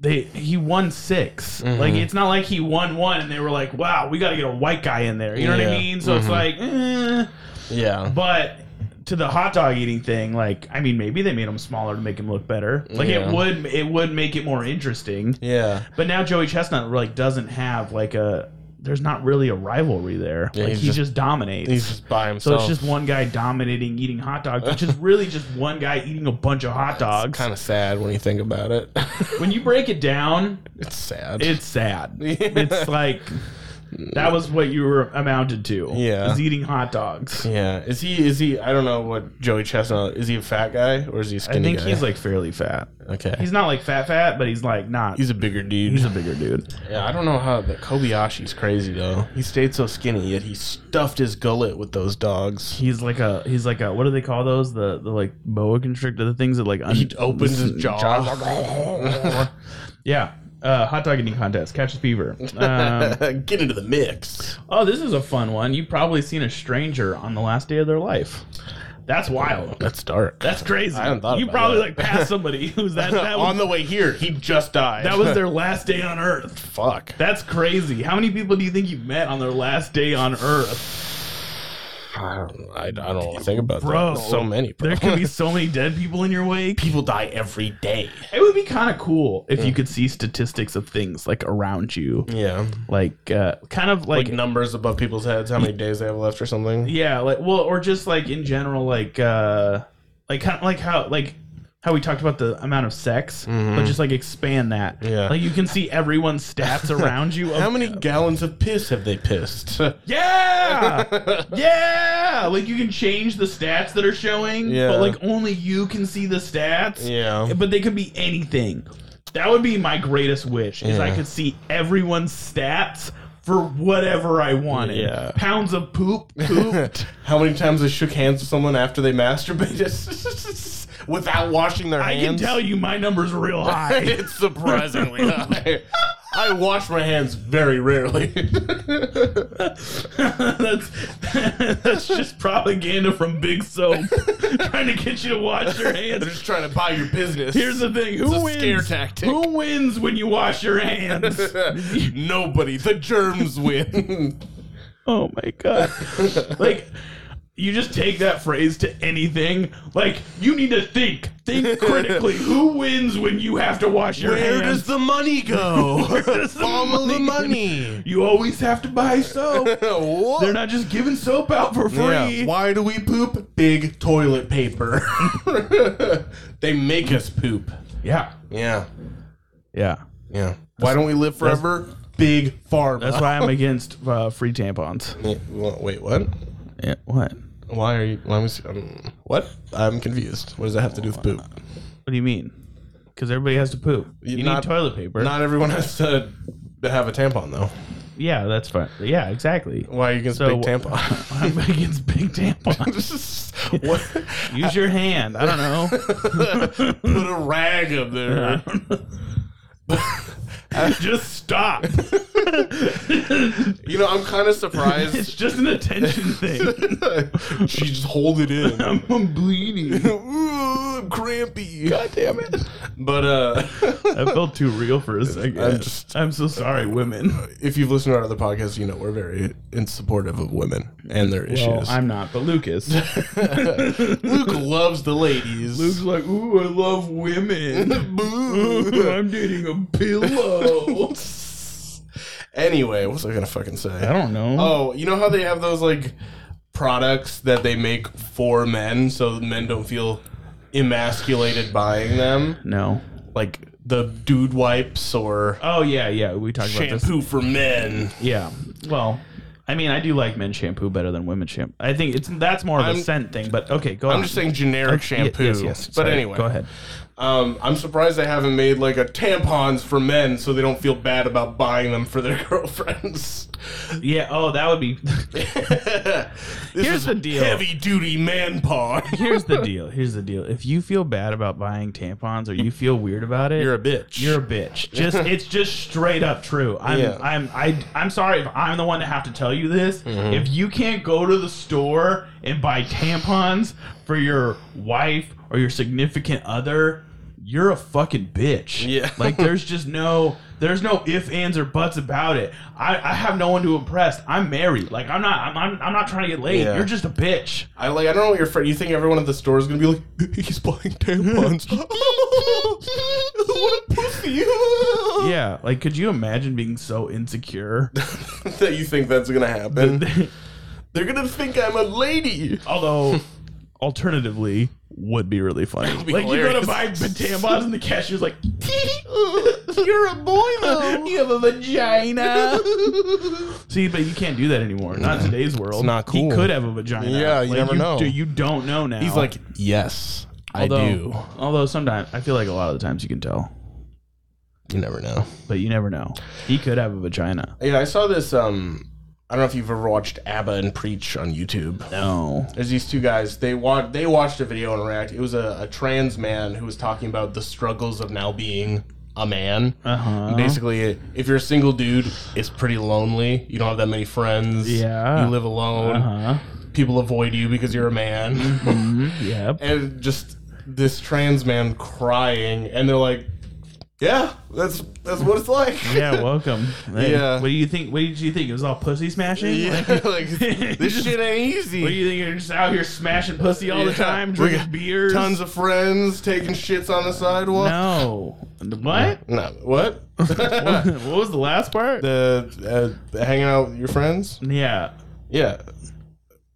S1: they he won 6
S2: Mm-hmm.
S1: Like it's not like he won one and they were like, "Wow, we got to get a white guy in there." You know what I
S2: Yeah. Mm-hmm.
S1: mean? So it's like, eh.
S2: Yeah.
S1: but to the hot dog eating thing, like I mean, maybe they made him smaller to make him look better. Like
S2: Yeah.
S1: it would it would make it more interesting.
S2: Yeah.
S1: But now Joey Chestnut like doesn't have like a there's not really a rivalry there.
S2: Yeah,
S1: like
S2: he's
S1: he
S2: just-
S1: just, dominates.
S2: He's just by
S1: so
S2: himself.
S1: it's just one guy dominating eating hot dogs, which is really just one guy eating a bunch of hot dogs.
S2: kind of sad when you think about it.
S1: when you break it down,
S2: [laughs] it's sad.
S1: it's
S2: [laughs]
S1: sad. It's like that was what you were amounted to.
S2: Yeah.
S1: is eating hot dogs.
S2: yeah. Is he? Is he? I don't know what Joey Chestnut is. He a fat guy or is he a
S1: I
S2: skinny?
S1: think
S2: guy?
S1: he's like fairly fat.
S2: okay.
S1: He's not like fat fat, but he's like not.
S2: He's a bigger dude.
S1: he's a bigger dude.
S2: yeah, I don't know how, but Kobayashi's crazy though. He stayed so skinny, yet he stuffed his gullet with those dogs.
S1: He's like a he's like a what do they call those the the like boa constrictor the things that like un-
S2: He opens [laughs] his jaw.
S1: yeah uh, hot dog eating contest catch the fever.
S2: [laughs]
S1: Um,
S2: [laughs] Get into the mix.
S1: oh, this is a fun one. You've probably seen a stranger on the last day of their life. That's wild.
S2: Oh, That's dark.
S1: That's crazy.
S2: I hadn't thought
S1: you
S2: about
S1: probably
S2: that.
S1: like passed somebody who's
S2: [laughs]
S1: that that was,
S2: on the way here, he just died.
S1: that was their last day on Earth.
S2: [laughs] fuck.
S1: That's crazy. How many people do you think you met on their last day on Earth,
S2: I don't. I, I don't want to think about
S1: bro?
S2: that. So many. Bro.
S1: There
S2: [laughs]
S1: could be so many dead people in your wake.
S2: people die every day.
S1: It would be kind of cool if you could see statistics of things like around you,
S2: Yeah.
S1: like uh, kind of like,
S2: like numbers above people's heads, how many days they have left or something.
S1: yeah, like well, or just like in general, like uh, like kind of like how like how we talked about the amount of sex, but just like expand that.
S2: Mm-hmm. Yeah.
S1: like you can see everyone's stats around
S2: [laughs]
S1: you. Of,
S2: How many gallons of piss have they pissed? [laughs]
S1: Yeah, yeah. Like you can change the stats that are showing,
S2: Yeah.
S1: but like only you can see the stats.
S2: yeah.
S1: but they could be anything. That would be my greatest wish is I
S2: Yeah.
S1: could see everyone's stats for whatever I wanted.
S2: Yeah.
S1: Pounds of poop,
S2: [laughs]
S1: pooped.
S2: How many times they shook hands with someone after they masturbated [laughs] without washing their
S1: I
S2: hands?
S1: can
S2: [laughs]
S1: tell you my number's real high.
S2: it's [laughs] surprisingly high. I wash my hands very
S1: [laughs]
S2: rarely. [laughs]
S1: that's [laughs] that's just propaganda from Big Soap [laughs] trying to get you to wash your
S2: They're
S1: hands.
S2: just trying to buy your business.
S1: Here's the thing: who
S2: a
S1: wins?
S2: scare tactic.
S1: Who wins when you wash your hands?
S2: [laughs] [laughs] Nobody. The germs win.
S1: Oh my god. [laughs] like you just take that phrase to anything. Like you need to think. [laughs] Think critically. Who wins when you have to wash your
S2: Where
S1: hands?
S2: does the
S1: [laughs]
S2: money go?
S1: does the
S2: Follow the money.
S1: you always have to buy [laughs] soap.
S2: [laughs] What?
S1: They're not just giving soap out for free.
S2: Yeah. Why do we poop? Big toilet paper. [laughs] they make us poop.
S1: Yeah.
S2: Yeah.
S1: Yeah.
S2: Yeah. Why don't we live forever? Big farm.
S1: That's why I'm against uh, free tampons.
S2: Wait, what?
S1: Yeah, what?
S2: Why are you? Let me see. Um, what? I'm confused. What does that have to do with poop?
S1: What do you mean? Because everybody has to poop. You
S2: Not-
S1: need toilet paper.
S2: Not everyone has to have a tampon, though.
S1: yeah, [laughs] that's fine. Yeah, exactly.
S2: Why are you against
S1: So [laughs]
S2: big
S1: wh-
S2: tampon?
S1: [laughs] I'm against big tampons.
S2: What?
S1: Use your hand. I don't know. [laughs]
S2: Put a rag up there.
S1: just stop.
S2: [laughs] You know, I'm kind of
S1: It's [laughs]
S2: surprised. [laughs]
S1: just an attention thing.
S2: she just hold it in.
S1: I'm bleeding.
S2: Ooh, I'm crampy.
S4: God damn it.
S2: But uh, [laughs]
S1: I felt too real for a second.
S2: I'm
S1: I'm,
S2: just-
S1: so sorry, women.
S2: if you've listened to our other podcasts, you know we're very in supportive of women and their issues.
S1: Oh, I'm not, but Lucas.
S2: [laughs] Luke loves the ladies. [laughs]
S1: Luke's like, ooh, I love women.
S2: Boo.
S1: I'm dating a pillow.
S2: anyway, what was I gonna fucking say?
S1: I don't know.
S2: Oh, you know how they have those like products that they make for men so men don't feel emasculated buying them?
S1: No.
S2: Like the dude wipes or
S1: Oh yeah, yeah. We talked about this.
S2: shampoo for men.
S1: Yeah. Well, I mean, I do like men's shampoo better than women's shampoo. I think it's that's more of
S2: I'm-
S1: a scent thing. But okay, go.
S2: I'm
S1: on.
S2: just saying generic shampoo.
S1: Yes, yes.
S2: But
S1: Sorry.
S2: anyway,
S1: go ahead.
S2: Um, I'm surprised they haven't made like a tampons for men so they don't feel bad about buying them for their [laughs] girlfriends. [laughs]
S1: Yeah. Oh, that would be. [laughs]
S2: this
S1: Here's
S2: is
S1: the deal.
S2: Heavy duty man pod.
S1: Here's the deal. Here's the deal. If you feel bad about buying tampons or you feel weird about it,
S2: You're a
S1: [laughs]
S2: bitch.
S1: You're a bitch.
S2: [laughs]
S1: Just it's just straight up true. I'm
S2: Yeah.
S1: I'm I I'm sorry if I'm the one to have to tell you this.
S2: Mm-hmm.
S1: If you can't go to the store and buy tampons for your wife or your significant other, you're a fucking bitch.
S2: Yeah. [laughs]
S1: Like there's just no there's no if, ands, or buts about it. I, I have no one to impress. I'm married. Like I'm not I'm I'm, I'm not trying to get laid.
S2: Yeah.
S1: You're just a bitch.
S2: I like. I don't know what your friend. You think everyone at the store is gonna be like, [laughs] he's buying
S1: [laughs]
S2: tampons. [laughs] what a pussy!
S1: Yeah, like could you imagine being so insecure?
S2: [laughs] that you think that's gonna happen? [laughs] They're gonna think I'm
S1: [laughs]
S2: a lady. [laughs]
S1: Although, alternatively, would be really funny.
S2: be
S1: like you go
S2: hilarious.
S1: to buy tampons and the cashier's
S2: [laughs]
S1: like,
S2: You're a boy though.
S1: "You have a
S2: [laughs]
S1: vagina." [laughs] See, but you can't do that anymore. Not in today's world.
S2: It's not
S1: He
S2: cool.
S1: could have a vagina.
S2: Yeah, you never know.
S1: Do, you don't know now.
S2: He's like, yes,
S1: although,
S2: I do.
S1: Although sometimes I feel like a lot of the times you can tell,
S2: You never know.
S1: but you never know. He could have a vagina.
S2: Yeah, I saw this. Um, I don't know if you've ever watched ABBA and Preach on YouTube.
S1: No.
S2: There's these two guys. They watched. They watched a video and react. It was a, a trans man who was talking about the struggles of now being a man.
S1: Uh huh.
S2: Basically, if you're a single dude, it's pretty lonely. You don't have that many friends.
S1: Yeah.
S2: You live alone.
S1: Uh huh.
S2: People avoid you because you're a man.
S1: Mm-hmm.
S2: [laughs]
S1: Yep.
S2: and just this trans man crying, and they're like, "Yeah, that's that's what it's like."
S1: [laughs] Yeah, welcome. Like,
S2: Yeah.
S1: What do you think? What did you think? It was all pussy smashing?
S2: [laughs] Yeah,
S1: Like,
S2: [laughs] like
S1: [laughs]
S2: this shit ain't easy.
S1: what do you think? You're just out here smashing pussy all the
S2: Yeah.
S1: time,
S2: We
S1: drinking
S2: got
S1: beers?
S2: Tons of friends taking shits on the sidewalk.
S1: No. What?
S2: No, what?
S1: [laughs]
S2: [laughs]
S1: what was the last part?
S2: the uh, hanging out with your friends?
S1: yeah.
S2: Yeah,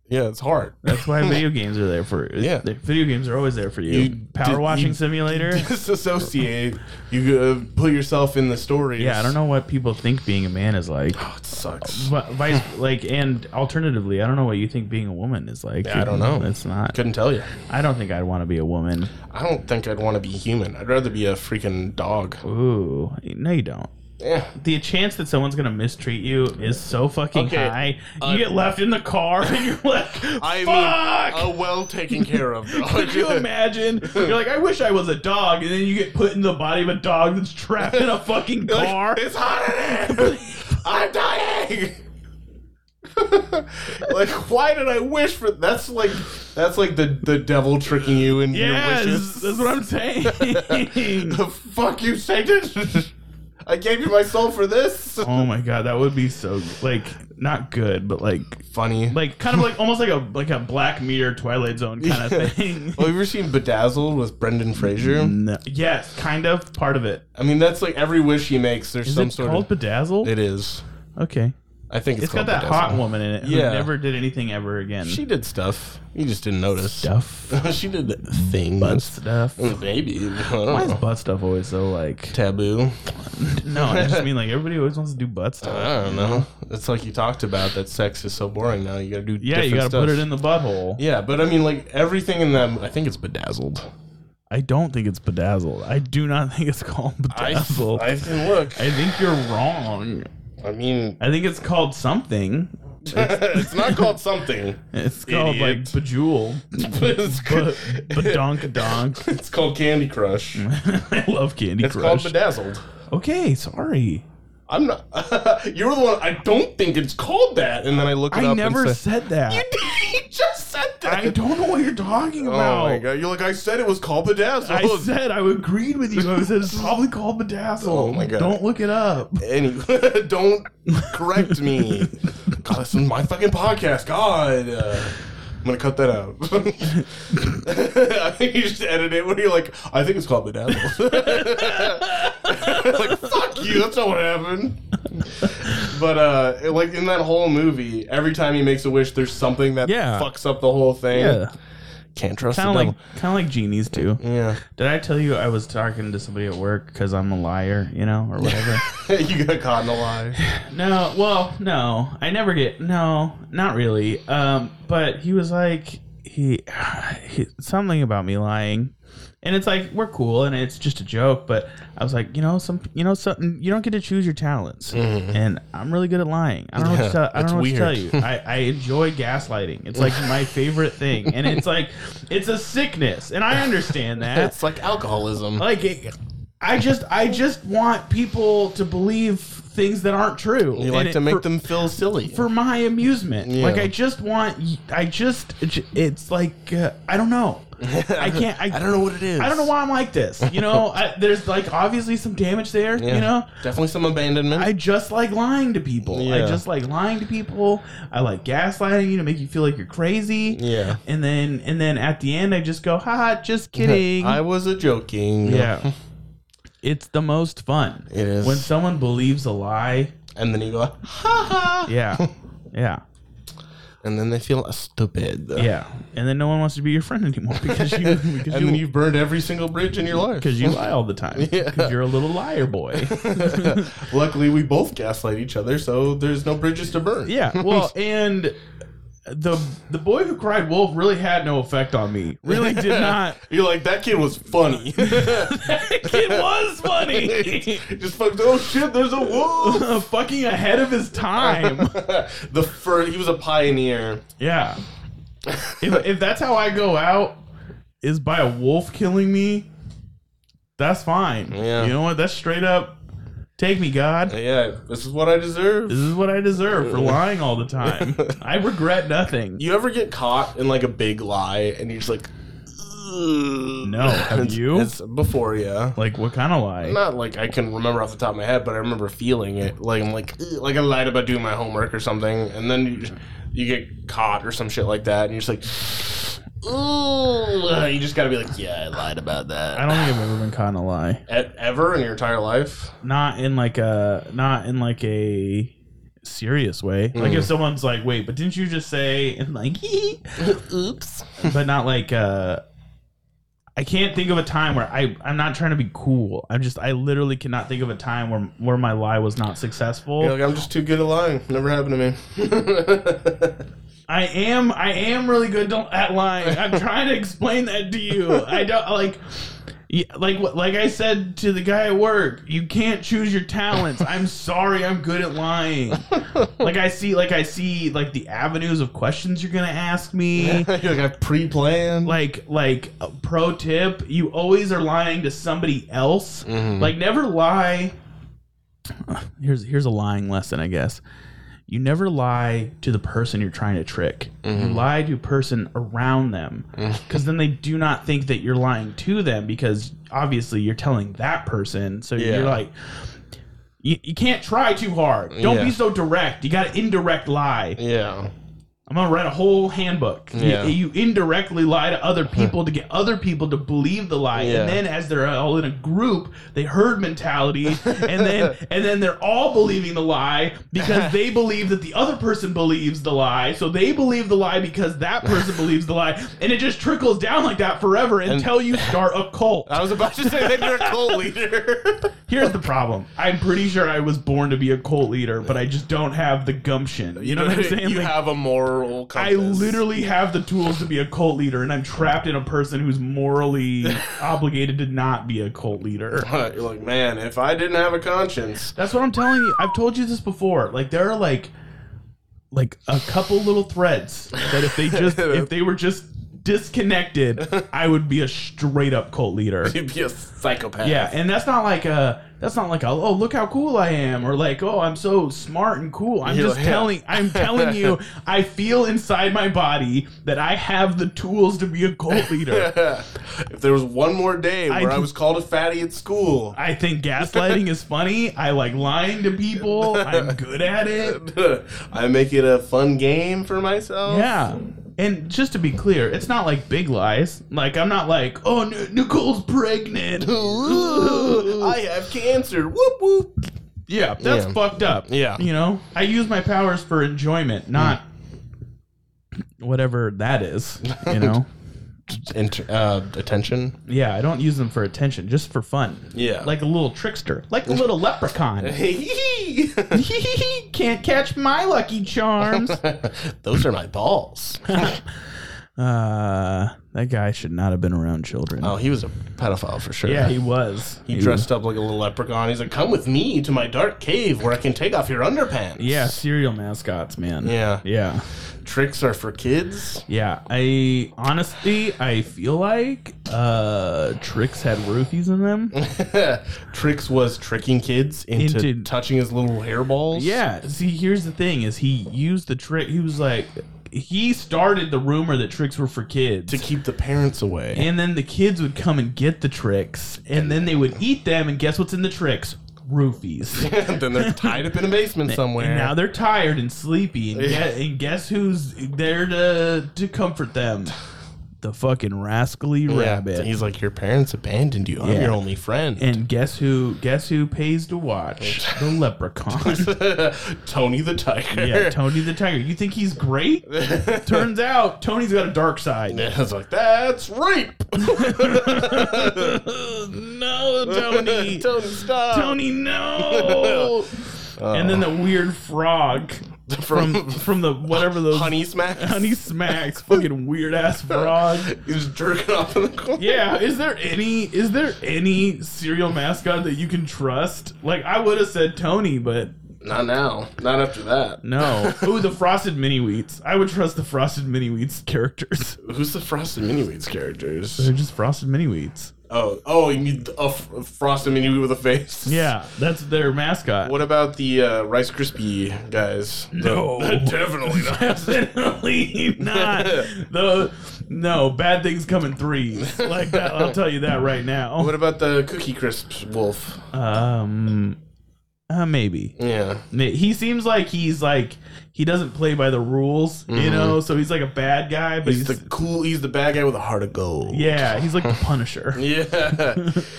S2: yeah, it's hard. [laughs]
S1: That's why video games are there for
S2: Yeah.
S1: the- Video games are always there for you.
S2: You
S1: Power
S2: did-
S1: washing
S2: you-
S1: simulator.
S2: Disassociate. You uh, put yourself in the story.
S1: yeah, I don't know what people think being a man is like.
S2: Oh, it sucks.
S1: But
S2: [laughs]
S1: vice like and alternatively, I don't know what you think being a woman is like.
S2: Yeah, I don't know.
S1: It's not.
S2: Couldn't tell you.
S1: I don't think I'd want to be a woman.
S2: I don't think I'd want to be human. I'd rather be a freaking dog.
S1: Ooh, no, you don't.
S2: Yeah.
S1: the chance that someone's gonna mistreat you is so fucking
S2: Okay, uh,
S1: high. you get left in the car and you're like,
S2: [laughs] I
S1: "Fuck!"
S2: mean, oh, a well taken care of
S1: [laughs]
S2: dog.
S1: Could
S2: [laughs]
S1: you imagine? You're like, I wish I was a dog, and then you get put in the body of a dog that's trapped in
S2: [laughs]
S1: a fucking
S2: Like,
S1: car.
S2: It's hot in there. I'm dying. [laughs] like, why did I wish for? That's like, that's like the the devil tricking you
S1: [laughs]
S2: into
S1: Yes,
S2: your wishes.
S1: that's what I'm saying.
S2: [laughs] The fuck you, Satan! I gave you my soul for this.
S1: oh my god, that would be so like not good, but like
S2: Funny. Like,
S1: like kind of like almost like a like a Black Mirror Twilight Zone
S2: [laughs]
S1: kind of thing. [laughs] Mm.
S2: well, have you ever seen Bedazzled with Brendan Fraser?
S1: No. Yes, kind of part of it.
S2: I mean, that's like every wish he makes. There's
S1: Is
S2: some
S1: it
S2: sort
S1: called
S2: of.
S1: Bedazzle?
S2: It is.
S1: okay.
S2: I think it's,
S1: It's got
S2: called
S1: that hot
S2: Bedazzled.
S1: woman in it who
S2: Yeah.
S1: never did anything ever again.
S2: She did stuff. You just didn't notice.
S1: stuff.
S2: [laughs] she did things.
S1: Butt stuff.
S2: Maybe. I don't
S1: Why is
S2: know.
S1: butt stuff always so like?
S2: taboo.
S1: [laughs] No, I just mean like everybody always wants to do butt stuff.
S2: I don't know. It's like you talked about that sex is so boring now. You gotta do
S1: Yeah, you gotta
S2: different stuff.
S1: put it in the butthole.
S2: Yeah, but I mean, like everything in them. I think it's bedazzled.
S1: I don't think it's bedazzled. I do not [laughs] think it's called bedazzled. I,
S2: I can look. I,
S1: think you're wrong.
S2: mean,
S1: I think [laughs] it's called something.
S2: [laughs] it's not called something.
S1: It's called
S2: Idiot.
S1: like Bejewel. [laughs]
S2: it's, called,
S1: Badonk donk.
S2: [laughs]
S1: [laughs]
S2: it's called Candy Crush.
S1: I love Candy
S2: It's called
S1: Crush.
S2: Bedazzled.
S1: okay, sorry.
S2: I'm not. [laughs] you're the one. I don't think it's called that. And then I look it
S1: I
S2: up.
S1: never
S2: and say,
S1: said that.
S2: [laughs] you just said that.
S1: I don't know what you're talking
S2: Oh
S1: about.
S2: my god! You're like I said. It was called Bedazzled.
S1: I said I agreed with you. I [laughs] said it's probably called bedazzle.
S2: Oh my God.
S1: Don't look it up.
S2: Any- [laughs] don't correct me. God, this is my fucking podcast. God. Uh, I'm gonna cut that out. [laughs] I think you just edit it where you're like, I think it's called bedazzled. [laughs] like, fuck you, that's not what happened. But uh it- like in that whole movie, every time he makes a wish, there's something that
S1: Yeah.
S2: fucks up the whole thing.
S1: Yeah,
S2: Can't trust
S1: kind
S2: the
S1: of like
S2: devil.
S1: kind of like genies too.
S2: Yeah.
S1: Did I tell you I was talking to somebody at work because I'm a liar, you know, or whatever?
S2: [laughs] you got caught in a lie.
S1: no, well, no, I never get no, not really. Um, but he was like he, [sighs] he something about me lying. And it's like we're cool, and it's just a joke. But I was like, you know, some, you know, something. You don't get to choose your talents, and I'm really good at lying. I don't know what to tell, I don't
S2: it's
S1: know what to tell
S2: weird.
S1: you. I, I enjoy gaslighting. It's like my favorite thing, and it's like it's a sickness, and I understand that.
S2: It's like alcoholism.
S1: like it, I just I just want people to believe things that aren't true.
S2: You
S1: And
S2: like
S1: it-
S2: to make
S1: for,
S2: them feel silly.
S1: for my amusement.
S2: Yeah.
S1: Like I just want I just it's like uh, I don't
S2: [laughs]
S1: know. I can't I,
S2: I don't know what it is.
S1: I don't know why I'm like this. You
S2: [laughs]
S1: know, I, there's like obviously some damage there,
S2: Yeah.
S1: you know?
S2: definitely some abandonment.
S1: I just like lying to people. I
S2: Yeah.
S1: just like lying to people. I like gaslighting you to make you feel like you're crazy.
S2: yeah,
S1: And then and then at the end I just go, haha, just kidding.
S2: [laughs] I was a joking.
S1: Yeah. It's the most fun.
S2: It is.
S1: When someone believes a lie.
S2: and then you go, ha ha,
S1: Yeah. Yeah.
S2: and then they feel stupid. [laughs]
S1: Yeah. And then no one wants to be your friend anymore because you because
S2: and then
S1: you
S2: you've burned every single bridge in your life.
S1: because you lie all the time.
S2: [laughs] Yeah.
S1: Because you're a little liar boy.
S2: [laughs]
S1: [laughs]
S2: Luckily, we both gaslight each other, so there's no bridges to burn.
S1: yeah.
S2: [laughs]
S1: Well, and the the boy who cried wolf really had no effect on me. Really did
S2: [laughs]
S1: not. [laughs]
S2: You're like that kid was funny. [laughs]
S1: it was funny. [laughs]
S2: Just fucked. Oh shit! There's a wolf.
S1: Fucking ahead of his time.
S2: [laughs] the first, he was a pioneer.
S1: Yeah. If, if that's how I go out, is by a wolf killing me, that's fine.
S2: Yeah.
S1: You know what? That's straight up. Take me, God.
S2: Yeah, this is what I deserve.
S1: This is what I deserve for lying all the time. I regret nothing.
S2: You ever get caught in like a big lie and you're just like, "Ugh."
S1: No, have
S2: It's-
S1: you?
S2: It's before, yeah.
S1: Like, what kind of lie?
S2: Not like I can remember off the top of my head, but I remember feeling it. Like I'm like, "Ugh," like I lied about doing my homework or something, and then you you get caught or some shit like that, and you're just like, ooh, you just gotta be like, yeah, I lied about that.
S1: I don't think I've ever been caught in a lie.
S2: E- ever in your entire life?
S1: Not in like a, not in like a serious way. Like if someone's like, wait, but didn't you just say, and like, [laughs]
S2: Oops.
S1: but not like uh I can't think of a time where I I'm not trying to be cool. I'm just I literally cannot think of a time where where my lie was not successful.
S2: You're like, I'm just too good at lying. Never happened to me.
S1: I am I am really good to- at lying. I'm trying to explain that to you. I don't like yeah, like what like I said to the guy at work, you can't choose your talents. I'm sorry, I'm good at lying. Like I see like I see like the avenues of questions you're going to ask me.
S2: [laughs] you're like, I pre-planned.
S1: like like a pro tip you always are lying to somebody else
S2: Mm-hmm.
S1: like never lie here's here's a lying lesson i guess you never lie to the person you're trying to trick
S2: Mm-hmm.
S1: you lie to a person around them because then they do not think that you're lying to them because obviously you're telling that person so
S2: Yeah.
S1: you're like you, you can't try too hard don't
S2: Yeah.
S1: be so direct you got to indirect lie
S2: yeah.
S1: I'm gonna write a whole handbook. You-
S2: Yeah.
S1: You, indirectly lie to other people to get other people to believe the lie,
S2: Yeah.
S1: and then as they're all in a group, they herd mentality, and
S2: [laughs]
S1: then and then they're all believing the lie because they believe that the other person believes the lie, so they believe the lie because that
S2: [laughs]
S1: person believes the lie, and it just trickles down like that forever until you start a
S2: [laughs]
S1: cult.
S2: I was about to say that you're a cult leader.
S1: Here's the problem: I'm pretty sure I was born to be a cult leader, but I just don't have the gumption. You know what I'm saying?
S2: [laughs] You
S1: Like,
S2: have a moral
S1: I
S2: compass.
S1: literally have the tools to be a cult leader, and I'm trapped in a person who's morally obligated to not be a cult leader.
S2: [laughs] You're like, man, if I didn't have a conscience.
S1: That's what I'm telling you. I've told you this before. Like, there are like like a couple little threads that if they just if they were just disconnected, I would be a straight up cult leader.
S4: You'd be a psychopath.
S1: Yeah, and that's not like a that's not like a oh look how cool I am or like oh I'm so smart and cool. I'm
S4: Yeah,
S1: just
S4: yeah.
S1: telling I'm telling you I feel inside my body that I have the tools to be a cult leader.
S2: [laughs]
S4: if there was one more day where
S1: I-
S4: I, was called a fatty at school,
S1: I think gaslighting is funny. I like lying to people. I'm good at it.
S2: [laughs]
S4: I make it a fun game for myself.
S1: Yeah. And just to be clear, it's not like big lies. Like I'm not like, oh, N- Nicole's pregnant.
S4: Ooh, I have cancer. Whoop whoop.
S1: yeah, that's
S2: Yeah.
S1: fucked up.
S2: Yeah.
S1: you know, I use my powers for enjoyment, not whatever that is. You
S2: [laughs]
S1: know,
S2: Inter- uh, attention.
S1: yeah, I don't use them for attention, just for fun.
S4: Yeah.
S2: [laughs]
S1: like a little trickster, like a little leprechaun. [laughs] Can't catch my lucky charms.
S2: [laughs] Those are
S1: [laughs]
S2: my balls.
S1: Uh, that guy should not have been around children.
S2: Oh, he was a pedophile for sure.
S1: yeah, he was.
S2: He dressed up like a little leprechaun. He's like, "Come with me to my dark cave where I can take off your underpants."
S1: Yeah, serial mascots, man.
S2: Yeah.
S1: Yeah.
S2: Tricks are for kids. [laughs]
S1: Yeah. I honestly I feel like uh tricks had roofies in them.
S2: Tricks was tricking kids into,
S1: Into-
S2: touching his little hairballs.
S1: yeah. See, here's the thing is he used the trick he was like he started the rumor that tricks were for kids.
S2: To keep the parents away.
S1: and then the kids would come and get the tricks and then they would eat them and guess what's in the tricks? Roofies.
S2: And [laughs] then they're tied up in a basement somewhere.
S1: And now they're tired and sleepy, and,
S2: Yeah.
S1: gue- and guess who's there to to comfort them? The fucking rascally rabbit.
S2: He's like, Your parents abandoned you. I'm
S1: Yeah.
S2: your only friend.
S1: And guess who? Guess who pays to watch the
S2: [laughs]
S1: leprechaun?
S2: [laughs] Tony the Tiger.
S1: yeah,
S2: [laughs]
S1: Tony the Tiger. You think he's great? Turns out Tony's got a dark side.
S2: I was like, That's rape.
S1: no, [laughs] Tony.
S2: [laughs] Tony, stop.
S1: Tony, [laughs] no. And then the weird frog [laughs] from from the whatever those
S2: Honey Smack.
S1: honey smacks, fucking weird [laughs] ass frog.
S2: [laughs] He's jerking off in the corner.
S1: Yeah, is there any is there any serial mascot that you can trust? Like I would have said Tony, but
S4: Not now. Not after that.
S1: [laughs] No. Ooh, the frosted mini wheats. I would trust the frosted mini wheats characters. [laughs]
S4: Who's the Frosted Miniweeds characters?
S1: They're just frosted mini wheats.
S4: Oh, oh, you mean a f- a Frosted Miniweed with a face?
S1: Yeah, that's their mascot.
S4: What about the uh, Rice Krispie guys?
S1: No.
S4: [laughs] definitely not.
S1: Definitely not.
S4: [laughs]
S1: The no bad things come in threes like that. I'll tell you that right now.
S4: What about the Cookie Crisp wolf?
S1: Um, uh, maybe
S4: Yeah.
S1: Ma- he seems like he's like he doesn't play by the rules, you know. So he's like a bad guy, but
S4: Mm-hmm. He's
S1: he's,
S4: the cool, he's the bad guy with a heart of gold. [laughs]
S1: yeah, he's like the Punisher.
S4: Yeah.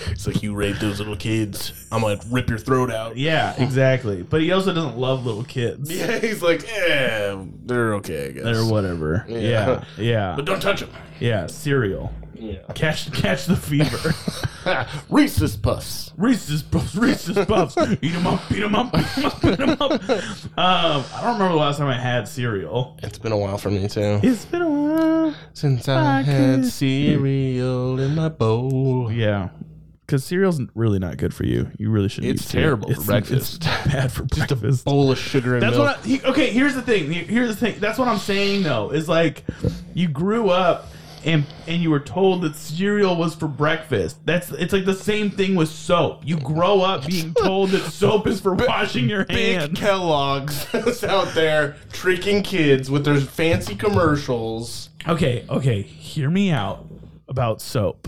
S4: it's like, you raped those little kids. I'm going to rip your throat out.
S1: Yeah, exactly. But he also doesn't love little kids.
S4: [laughs] Yeah, he's like, yeah, they're okay, I guess.
S1: or whatever. Yeah, yeah,
S4: but don't touch them.
S1: yeah. Cereal. Yeah. Catch, catch
S4: [laughs]
S1: the fever.
S4: [laughs] Reese's Puffs.
S1: Reese's Puffs, Reese's Puffs. Eat 'em up, beat 'em up, beat 'em up, beat 'em up. Um, I don't remember the last time I had cereal.
S2: It's been a while for me, too.
S1: It's been a while.
S2: Since I,
S1: I
S2: had
S1: could-
S2: cereal in my bowl.
S1: Yeah, because cereal's really not good for you. You really shouldn't.
S2: It's
S1: eat cereal.
S2: terrible for breakfast.
S1: It's bad for [laughs] breakfast.
S2: Bowl of sugar and
S1: That's
S2: milk.
S1: what. I, he, okay, here's the thing. Here- Here's the thing. That's what I'm saying though. Is like, you grew up and and you were told that cereal was for breakfast. That's it's like the same thing with soap. You grow up being told that soap is
S2: [laughs]
S1: for washing your
S2: Big
S1: hands.
S2: Kellogg's [laughs] is out there tricking kids with their fancy commercials.
S1: Okay, okay. Hear me out about soap.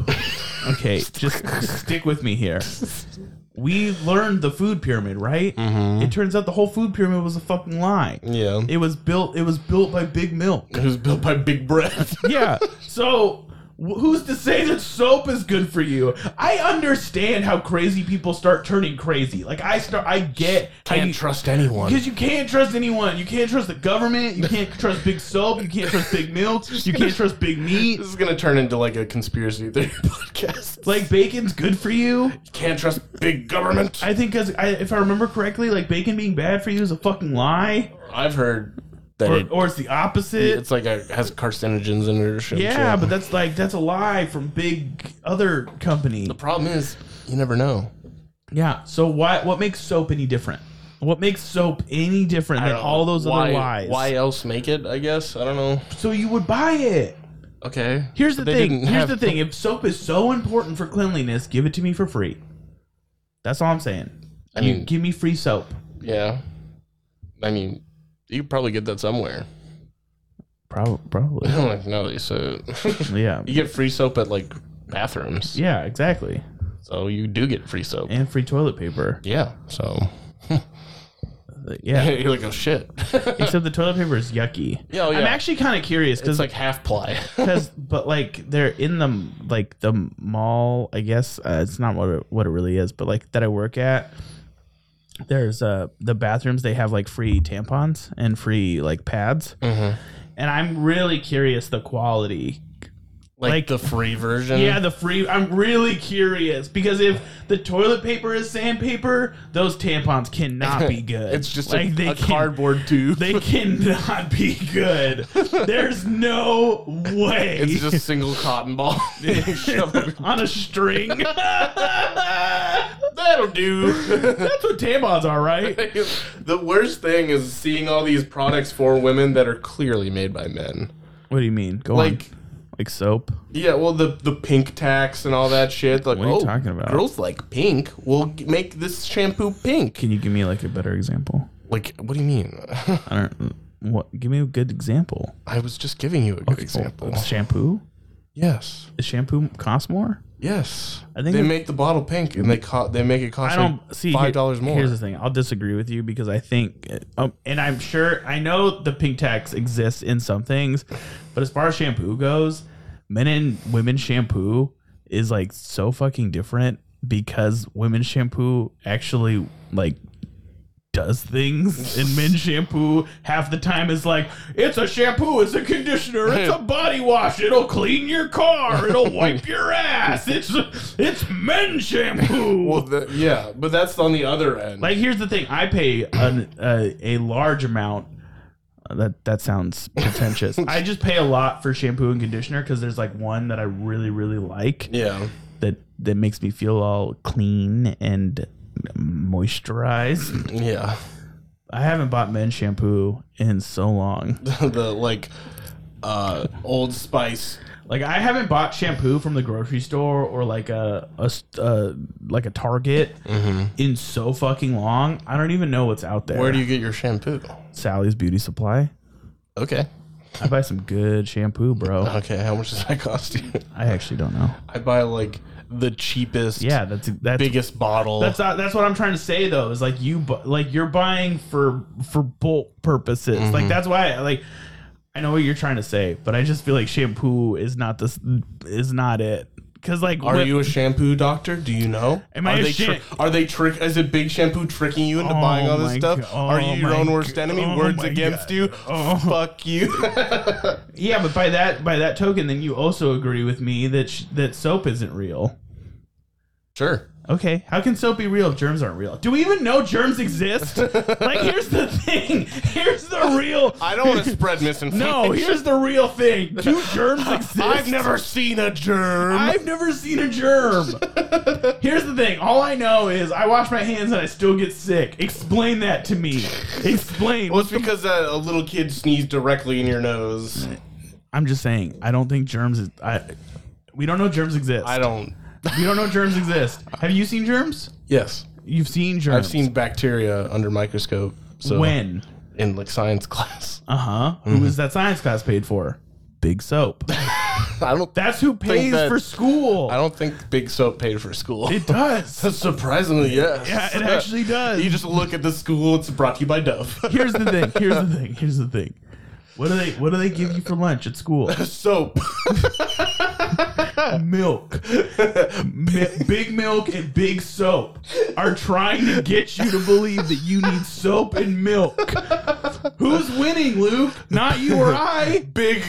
S1: Okay,
S2: [laughs]
S1: just stick with me here. We learned the food pyramid, right?
S2: Mm-hmm.
S1: It turns out the whole food pyramid was a fucking lie.
S2: Yeah.
S1: It was built. It was built by Big Milk.
S2: It was built by Big Breath.
S1: Yeah. So wh- who's to say that soap is good for you? I understand how crazy people start turning crazy. Like I start, [laughs] I get. how
S2: Can't
S1: you-
S2: trust anyone.
S1: because you can't trust anyone. You can't trust the government. You can't trust big soap. You can't trust big milk. You can't trust big meat.
S2: This is gonna turn into like a conspiracy theory [laughs] podcast.
S1: Like bacon's good for you.
S2: Can't trust big government.
S1: I think because I, if I remember correctly, like bacon being bad for you is a fucking lie,
S2: I've heard that
S1: or,
S2: it,
S1: or it's the opposite.
S2: it's like a, has carcinogens in it or shit.
S1: Yeah,
S2: shit.
S1: but that's like that's a lie from big other company.
S2: the problem is you never know.
S1: Yeah. So why? What makes soap any different? What makes soap any different than
S2: don't know.
S1: all those
S2: Why-
S1: other lies?
S2: Why else make it? I guess I don't know.
S1: So you would buy it.
S2: Okay.
S1: Here's the
S2: But they
S1: thing.
S2: didn't
S1: Here's
S2: have-
S1: the thing. If soap is so important for cleanliness, give it to me for free. That's all I'm saying.
S2: I
S1: you
S2: mean-
S1: give me free soap.
S2: [laughs] Yeah. I mean, you could probably get that somewhere. [laughs]
S1: Probably. probably.
S2: like no, they said [laughs]
S1: yeah.
S2: you get free soap at like bathrooms,
S1: Yeah. Exactly.
S2: so you do get free soap.
S1: And free toilet paper.
S2: Yeah. So [laughs]
S1: Yeah.
S2: you're like, oh shit. [laughs]
S1: Except the toilet paper is yucky.
S2: Yeah, oh,
S1: I'm
S2: yeah.
S1: actually kind of curious [laughs]
S2: it's
S1: because
S2: like half ply. [laughs]
S1: because but like they're in the like the mall i guess uh, it's not what it, what it really is but like that i work at there's uh the bathrooms they have like free tampons and free like pads
S2: Mm-hmm.
S1: and i'm really curious the quality
S2: like,
S1: Like-
S2: the free version.
S1: yeah the free i'm really curious because if the toilet paper is sandpaper those tampons cannot
S2: [laughs]
S1: be good
S2: It's just like a, a
S1: can-
S2: cardboard tube.
S1: they cannot be good there's no way
S2: [laughs]
S1: [laughs]
S2: it's just a single cotton ball. [laughs] Shove it-
S1: on a
S2: [laughs]
S1: string. That's [laughs]
S2: That'll do.
S1: what tampons are, right?
S2: the worst thing is seeing all these products for women that are clearly made by men.
S1: What do you mean? Go
S2: Like,
S1: on. Like soap?
S2: yeah, well, the the pink tax and all that shit. Like,
S1: What are you
S2: oh,
S1: talking about?
S2: girls like pink. We'll g- make this shampoo pink.
S1: Can you give me like a better example?
S2: Like, what do you mean? [laughs]
S1: I don't. What? Give me a good example. oh,
S2: I was just giving you a good example.
S1: Shampoo?
S2: Yes,
S1: Does shampoo cost more?
S2: yes.
S1: I think
S2: they
S1: if-
S2: make the bottle pink and they co- they make it cost
S1: I don't
S2: like
S1: see
S2: five dollars
S1: here-
S2: more.
S1: Here's the thing: I'll disagree with you because I think, um, and I'm sure I know the pink tax exists in some things, but as far as shampoo goes, men and women shampoo is like so fucking different because women's shampoo actually like does things [laughs] and men's shampoo half the time is like it's a shampoo it's a conditioner it's a body wash it'll clean your car it'll wipe your ass it's it's men's shampoo
S2: [laughs] well, the, yeah, but that's on the other end.
S1: like here's the thing, I pay an, a, a large amount. Uh, That that sounds
S2: [laughs]
S1: pretentious. I just pay a lot for shampoo and conditioner because there's like one that I really really like
S2: yeah, [laughs]
S1: that that makes me feel all clean and moisturized.
S2: yeah. [laughs]
S1: I haven't bought men's shampoo in so
S2: [laughs]
S1: long.
S2: the like uh Old Spice.
S1: Like I haven't bought shampoo from the grocery store or like a, a st- uh, like a Target in so fucking long. I don't even know what's out there.
S2: Mm-hmm. Where do you get your shampoo?
S1: Sally's Beauty Supply?
S2: Okay.
S1: I buy some good shampoo, bro.
S2: Okay, how much does that cost you?
S1: I actually don't know.
S2: [laughs] I buy like the cheapest,
S1: Yeah, that's that's
S2: biggest bottle.
S1: that's not, that's what I'm trying to say though. Is like you bu- like you're buying for for bulk purposes.
S2: Mm-hmm.
S1: Like that's why like I know what you're trying to say, but I just feel like shampoo is not this is not it. Cause like
S2: are
S1: when-
S2: you a shampoo doctor? Do you know?
S1: Am
S2: are
S1: I a
S2: they
S1: sha-
S2: tri- are they trick is it big shampoo tricking you into
S1: Oh
S2: buying all this
S1: my
S2: stuff?
S1: God.
S2: are
S1: Oh
S2: you your
S1: my
S2: own worst
S1: God.
S2: enemy?
S1: Oh
S2: Words
S1: my
S2: against
S1: God.
S2: you?
S1: Oh.
S2: Fuck you.
S1: [laughs] yeah, but by that by that token, then you also agree with me that sh- that soap isn't real.
S2: sure.
S1: Okay, how can soap be real if germs aren't real? Do we even know germs
S2: [laughs]
S1: exist? like, here's the thing. Here's the real.
S2: I don't want to spread misinformation.
S1: [laughs] No, here's the real thing.
S2: [laughs]
S1: Do germs exist?
S2: I've never seen a germ.
S1: I've never seen a
S2: [laughs]
S1: germ. Here's the thing. All I know is I wash my hands and I still get sick. Explain that to me. Explain.
S2: well, it's because uh, a little kid sneezed directly in your nose.
S1: I'm just saying. I don't think germs. Is, I. We don't know germs exist.
S2: I don't.
S1: We don't know germs exist. Have you seen germs?
S2: Yes.
S1: You've seen germs.
S2: I've seen bacteria under microscope. So
S1: when.
S2: in like science [laughs] class,
S1: Uh huh.
S2: Mm-hmm.
S1: Who is that science class paid for? Big soap.
S2: I don't.
S1: That's who pays
S2: that-
S1: for school.
S2: I don't think Big Soap paid for school. [laughs]
S1: it does.
S2: Surprisingly, yes.
S1: Yeah,
S2: [laughs]
S1: it actually does.
S2: You just look at the school. It's brought to you by Dove. [laughs]
S1: Here's the thing. Here's the thing. Here's the thing. What do they What do they give you for lunch at school?
S2: soap.
S1: Milk, Mi- big milk, and big soap are trying to get you to believe that you need soap and milk. Who's winning, Luke? Not you or I.
S2: [laughs] big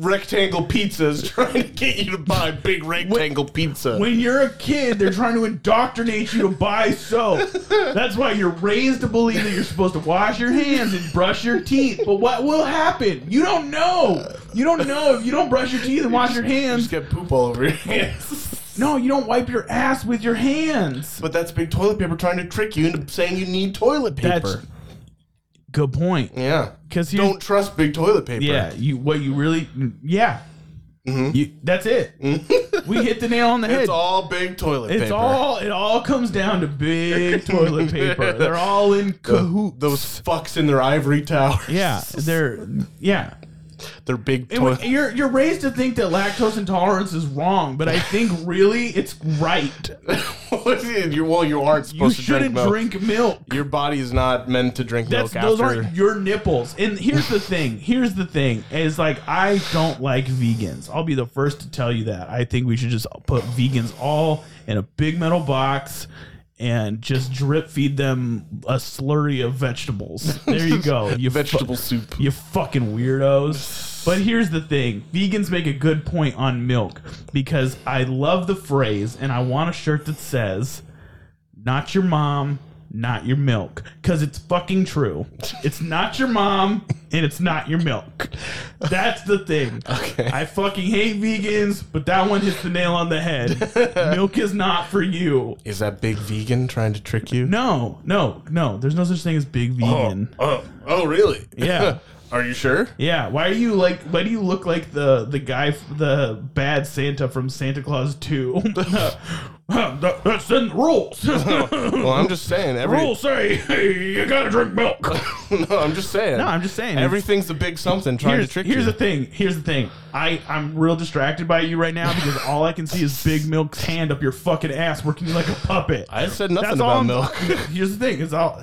S2: rectangle pizzas [laughs] trying to get you to buy big rectangle pizza.
S1: When you're a kid, they're trying to indoctrinate you to buy soap. That's why you're raised to believe that you're supposed to wash your hands and brush your teeth. But what will happen? You don't know. You don't know if you don't brush your teeth and wash your
S2: you
S1: hands.
S2: just get poop all over your [laughs] hands.
S1: No, you don't wipe your ass with your hands.
S2: But that's big toilet paper trying to trick you into saying you need toilet paper.
S1: That's- Good point.
S2: yeah.
S1: Because you
S2: Don't trust big toilet paper.
S1: Yeah, you what you really yeah. You, that's it. we hit the nail on the head.
S2: [laughs] Mm-hmm. It's all big toilet
S1: It's
S2: paper.
S1: all- it all comes down to
S2: [laughs]
S1: big toilet paper. They're all in cahoots.
S2: Those fucks in their ivory tower.
S1: yeah, they're yeah.
S2: They're big
S1: It was-
S2: toilet.
S1: you're you're raised to think that lactose intolerance is wrong, but I think really it's right.
S2: [laughs] you well, you aren't
S1: You
S2: supposed to drink
S1: shouldn't
S2: milk.
S1: drink milk.
S2: Your body is not meant to drink
S1: That's
S2: milk
S1: those
S2: after.
S1: aren't your nipples. And here's the thing. Here's the thing. Is like I don't like vegans. I'll be the first to tell you that. I think we should just put vegans all in a big metal box and just drip feed them a slurry of vegetables. There you
S2: [laughs]
S1: go. You fu-
S2: vegetable soup.
S1: you fucking weirdos. But here's the thing vegans make a good point on milk because I love the phrase and I want a shirt that says, not your mom, not your milk. Because it's fucking true. It's not your mom and it's not your milk. That's the thing.
S2: Okay.
S1: I fucking hate vegans, but that one hits the nail on the
S2: [laughs]
S1: head. milk is not for you.
S2: Is that big vegan trying to trick you?
S1: No, no, no. There's no such thing as big vegan.
S2: Oh, oh, really?
S1: Yeah.
S2: [laughs] Are you sure?
S1: Yeah, why are you like? Why do you look like the the guy, f- the bad Santa from Santa Claus Two? [laughs] That- That's in the rules.
S2: Well, I'm just saying. Every,
S1: rules say hey, you gotta drink milk.
S2: [laughs] No, I'm just saying.
S1: No, I'm just saying.
S2: Everything's a big something trying
S1: here's,
S2: to trick
S1: here's the
S2: you.
S1: thing. Here's the thing. I I'm real distracted by you right now because all I can see is Big Milk's hand up your fucking ass, working you like a puppet.
S2: I said nothing
S1: That's all
S2: about
S1: I'm-
S2: milk.
S1: [laughs] Here's the thing. Is all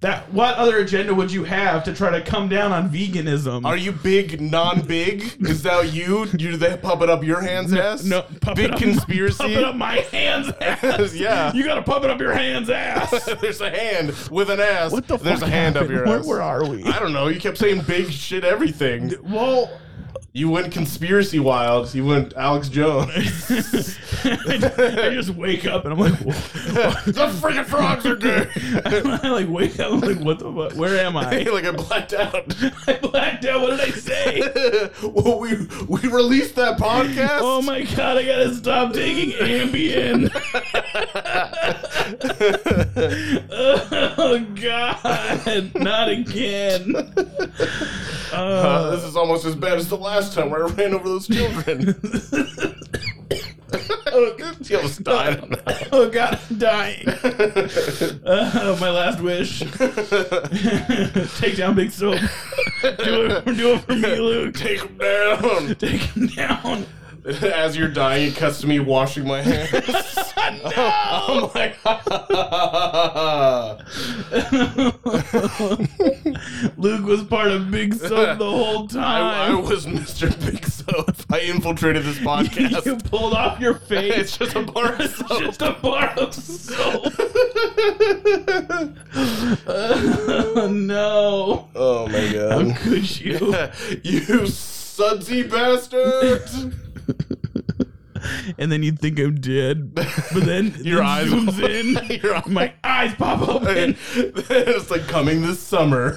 S1: that what other agenda would you have to try to come down on veganism?
S2: Are you big, non-big? Is that you? You're the puppet up your hands ass?
S1: No, pump it
S2: big
S1: up- Pump
S2: conspiracy.
S1: it up my
S2: [laughs]
S1: hands ass.
S2: Yeah.
S1: You gotta pump it up your hands ass.
S2: There's a hand with an ass.
S1: What the
S2: [laughs] There's
S1: fuck
S2: a hand
S1: happened?
S2: up your
S1: Where-
S2: ass.
S1: where are we?
S2: I don't know. You kept saying big shit everything.
S1: well,
S2: You went conspiracy wild. You went Alex Jones.
S1: I just wake up and I'm like, what?
S2: [laughs] the freaking frogs are [laughs] good.
S1: [laughs] I like wake up. I'm like, what the fuck? Where am I?
S2: like I blacked out.
S1: [laughs] I blacked out. What did I say?
S2: [laughs] well, we we released that podcast.
S1: Oh my god! I gotta stop taking
S2: [laughs]
S1: Ambien. [laughs] oh god! Not
S2: [laughs]
S1: again.
S2: Uh, this is almost as bad as the last time where I ran over those children. [laughs] Oh, she almost died. on that. [coughs]
S1: Oh god, I'm [laughs] dying. Uh, my last
S2: [laughs]
S1: wish. Take down Big Soap. Do it, do it for me, Luke.
S2: Take him down. [laughs]
S1: Take him down.
S2: As you're dying, it cuts to me washing my hands. [laughs] Oh, my [laughs] god.
S1: Luke was part of Big Soap the
S2: [laughs]
S1: whole
S2: I, I
S1: time.
S2: was Mr. Big Soap. I infiltrated this
S1: you [laughs]
S2: podcast.
S1: pulled off your face.
S2: [laughs] it's just a bar
S1: [laughs]
S2: of
S1: It's
S2: soap.
S1: just a bar of
S2: [laughs]
S1: soap. oh no.
S2: Oh my
S1: How
S2: god.
S1: could you?
S2: [laughs] you sudsy bastard.
S1: and then you think I'm dead, [laughs]
S2: [laughs]
S1: but then
S2: Your
S1: then
S2: eyes
S1: zooms
S2: [laughs]
S1: in.
S2: Your eyes-
S1: My eyes pop open.
S2: it's like coming this summer. [laughs]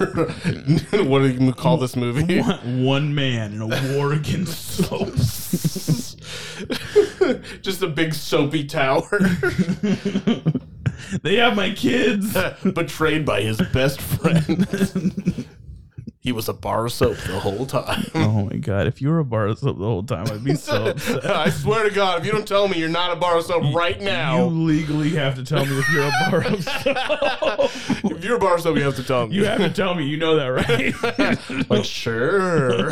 S2: what do you call
S1: [laughs]
S2: this movie?
S1: One man in a war against soap.
S2: [laughs] Just a big soapy tower, [laughs]
S1: They have my kids.
S2: betrayed by his best friend.
S1: [laughs]
S2: He was a bar of soap the whole time.
S1: Oh my god! If you were a bar of soap the whole time, I'd be [laughs]
S2: [laughs]
S1: so upset.
S2: I swear to God, if you don't tell me you're not a bar of soap right
S1: You
S2: now,
S1: legally have to tell me if you're a bar of soap.
S2: if you're a bar of soap, you have to tell
S1: [laughs]
S2: me.
S1: You have to tell me. You know that,
S2: [laughs]
S1: right?
S2: like, sure.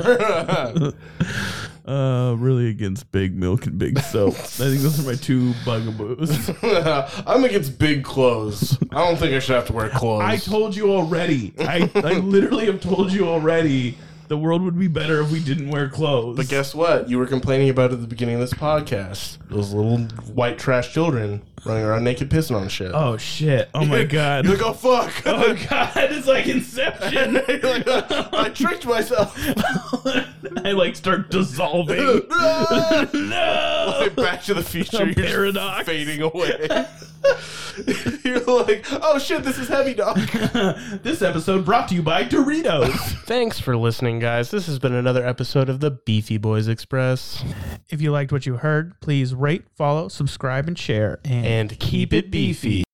S2: [laughs]
S1: uh, really against big milk and big soap. I think those are my two bugaboos.
S2: I'm against big clothes. I don't think I should have to wear clothes.
S1: [laughs] I told you already. I, I literally have told you already. The world would be better if we didn't wear clothes.
S2: But guess what? You were complaining about at the beginning of this podcast. Those little white trash children running around naked pissing on shit.
S1: oh shit! Oh
S2: [laughs]
S1: my god!
S2: You're like, oh fuck.
S1: [laughs] oh god! It's like Inception.
S2: [laughs] You're like, [laughs] uh, I tricked myself.
S1: [laughs] I like start dissolving.
S2: [laughs] Ah!
S1: no.
S2: Like, Back to the future.
S1: A
S2: You're just
S1: paradox.
S2: fading away. [laughs] You're like, oh shit, this is heavy dog.
S1: this episode brought to you by Doritos.
S2: Thanks for listening, guys. This has been another episode of the Beefy Boys Express.
S1: If you liked what you heard, please rate, follow, subscribe, and share. And,
S2: And keep it beefy.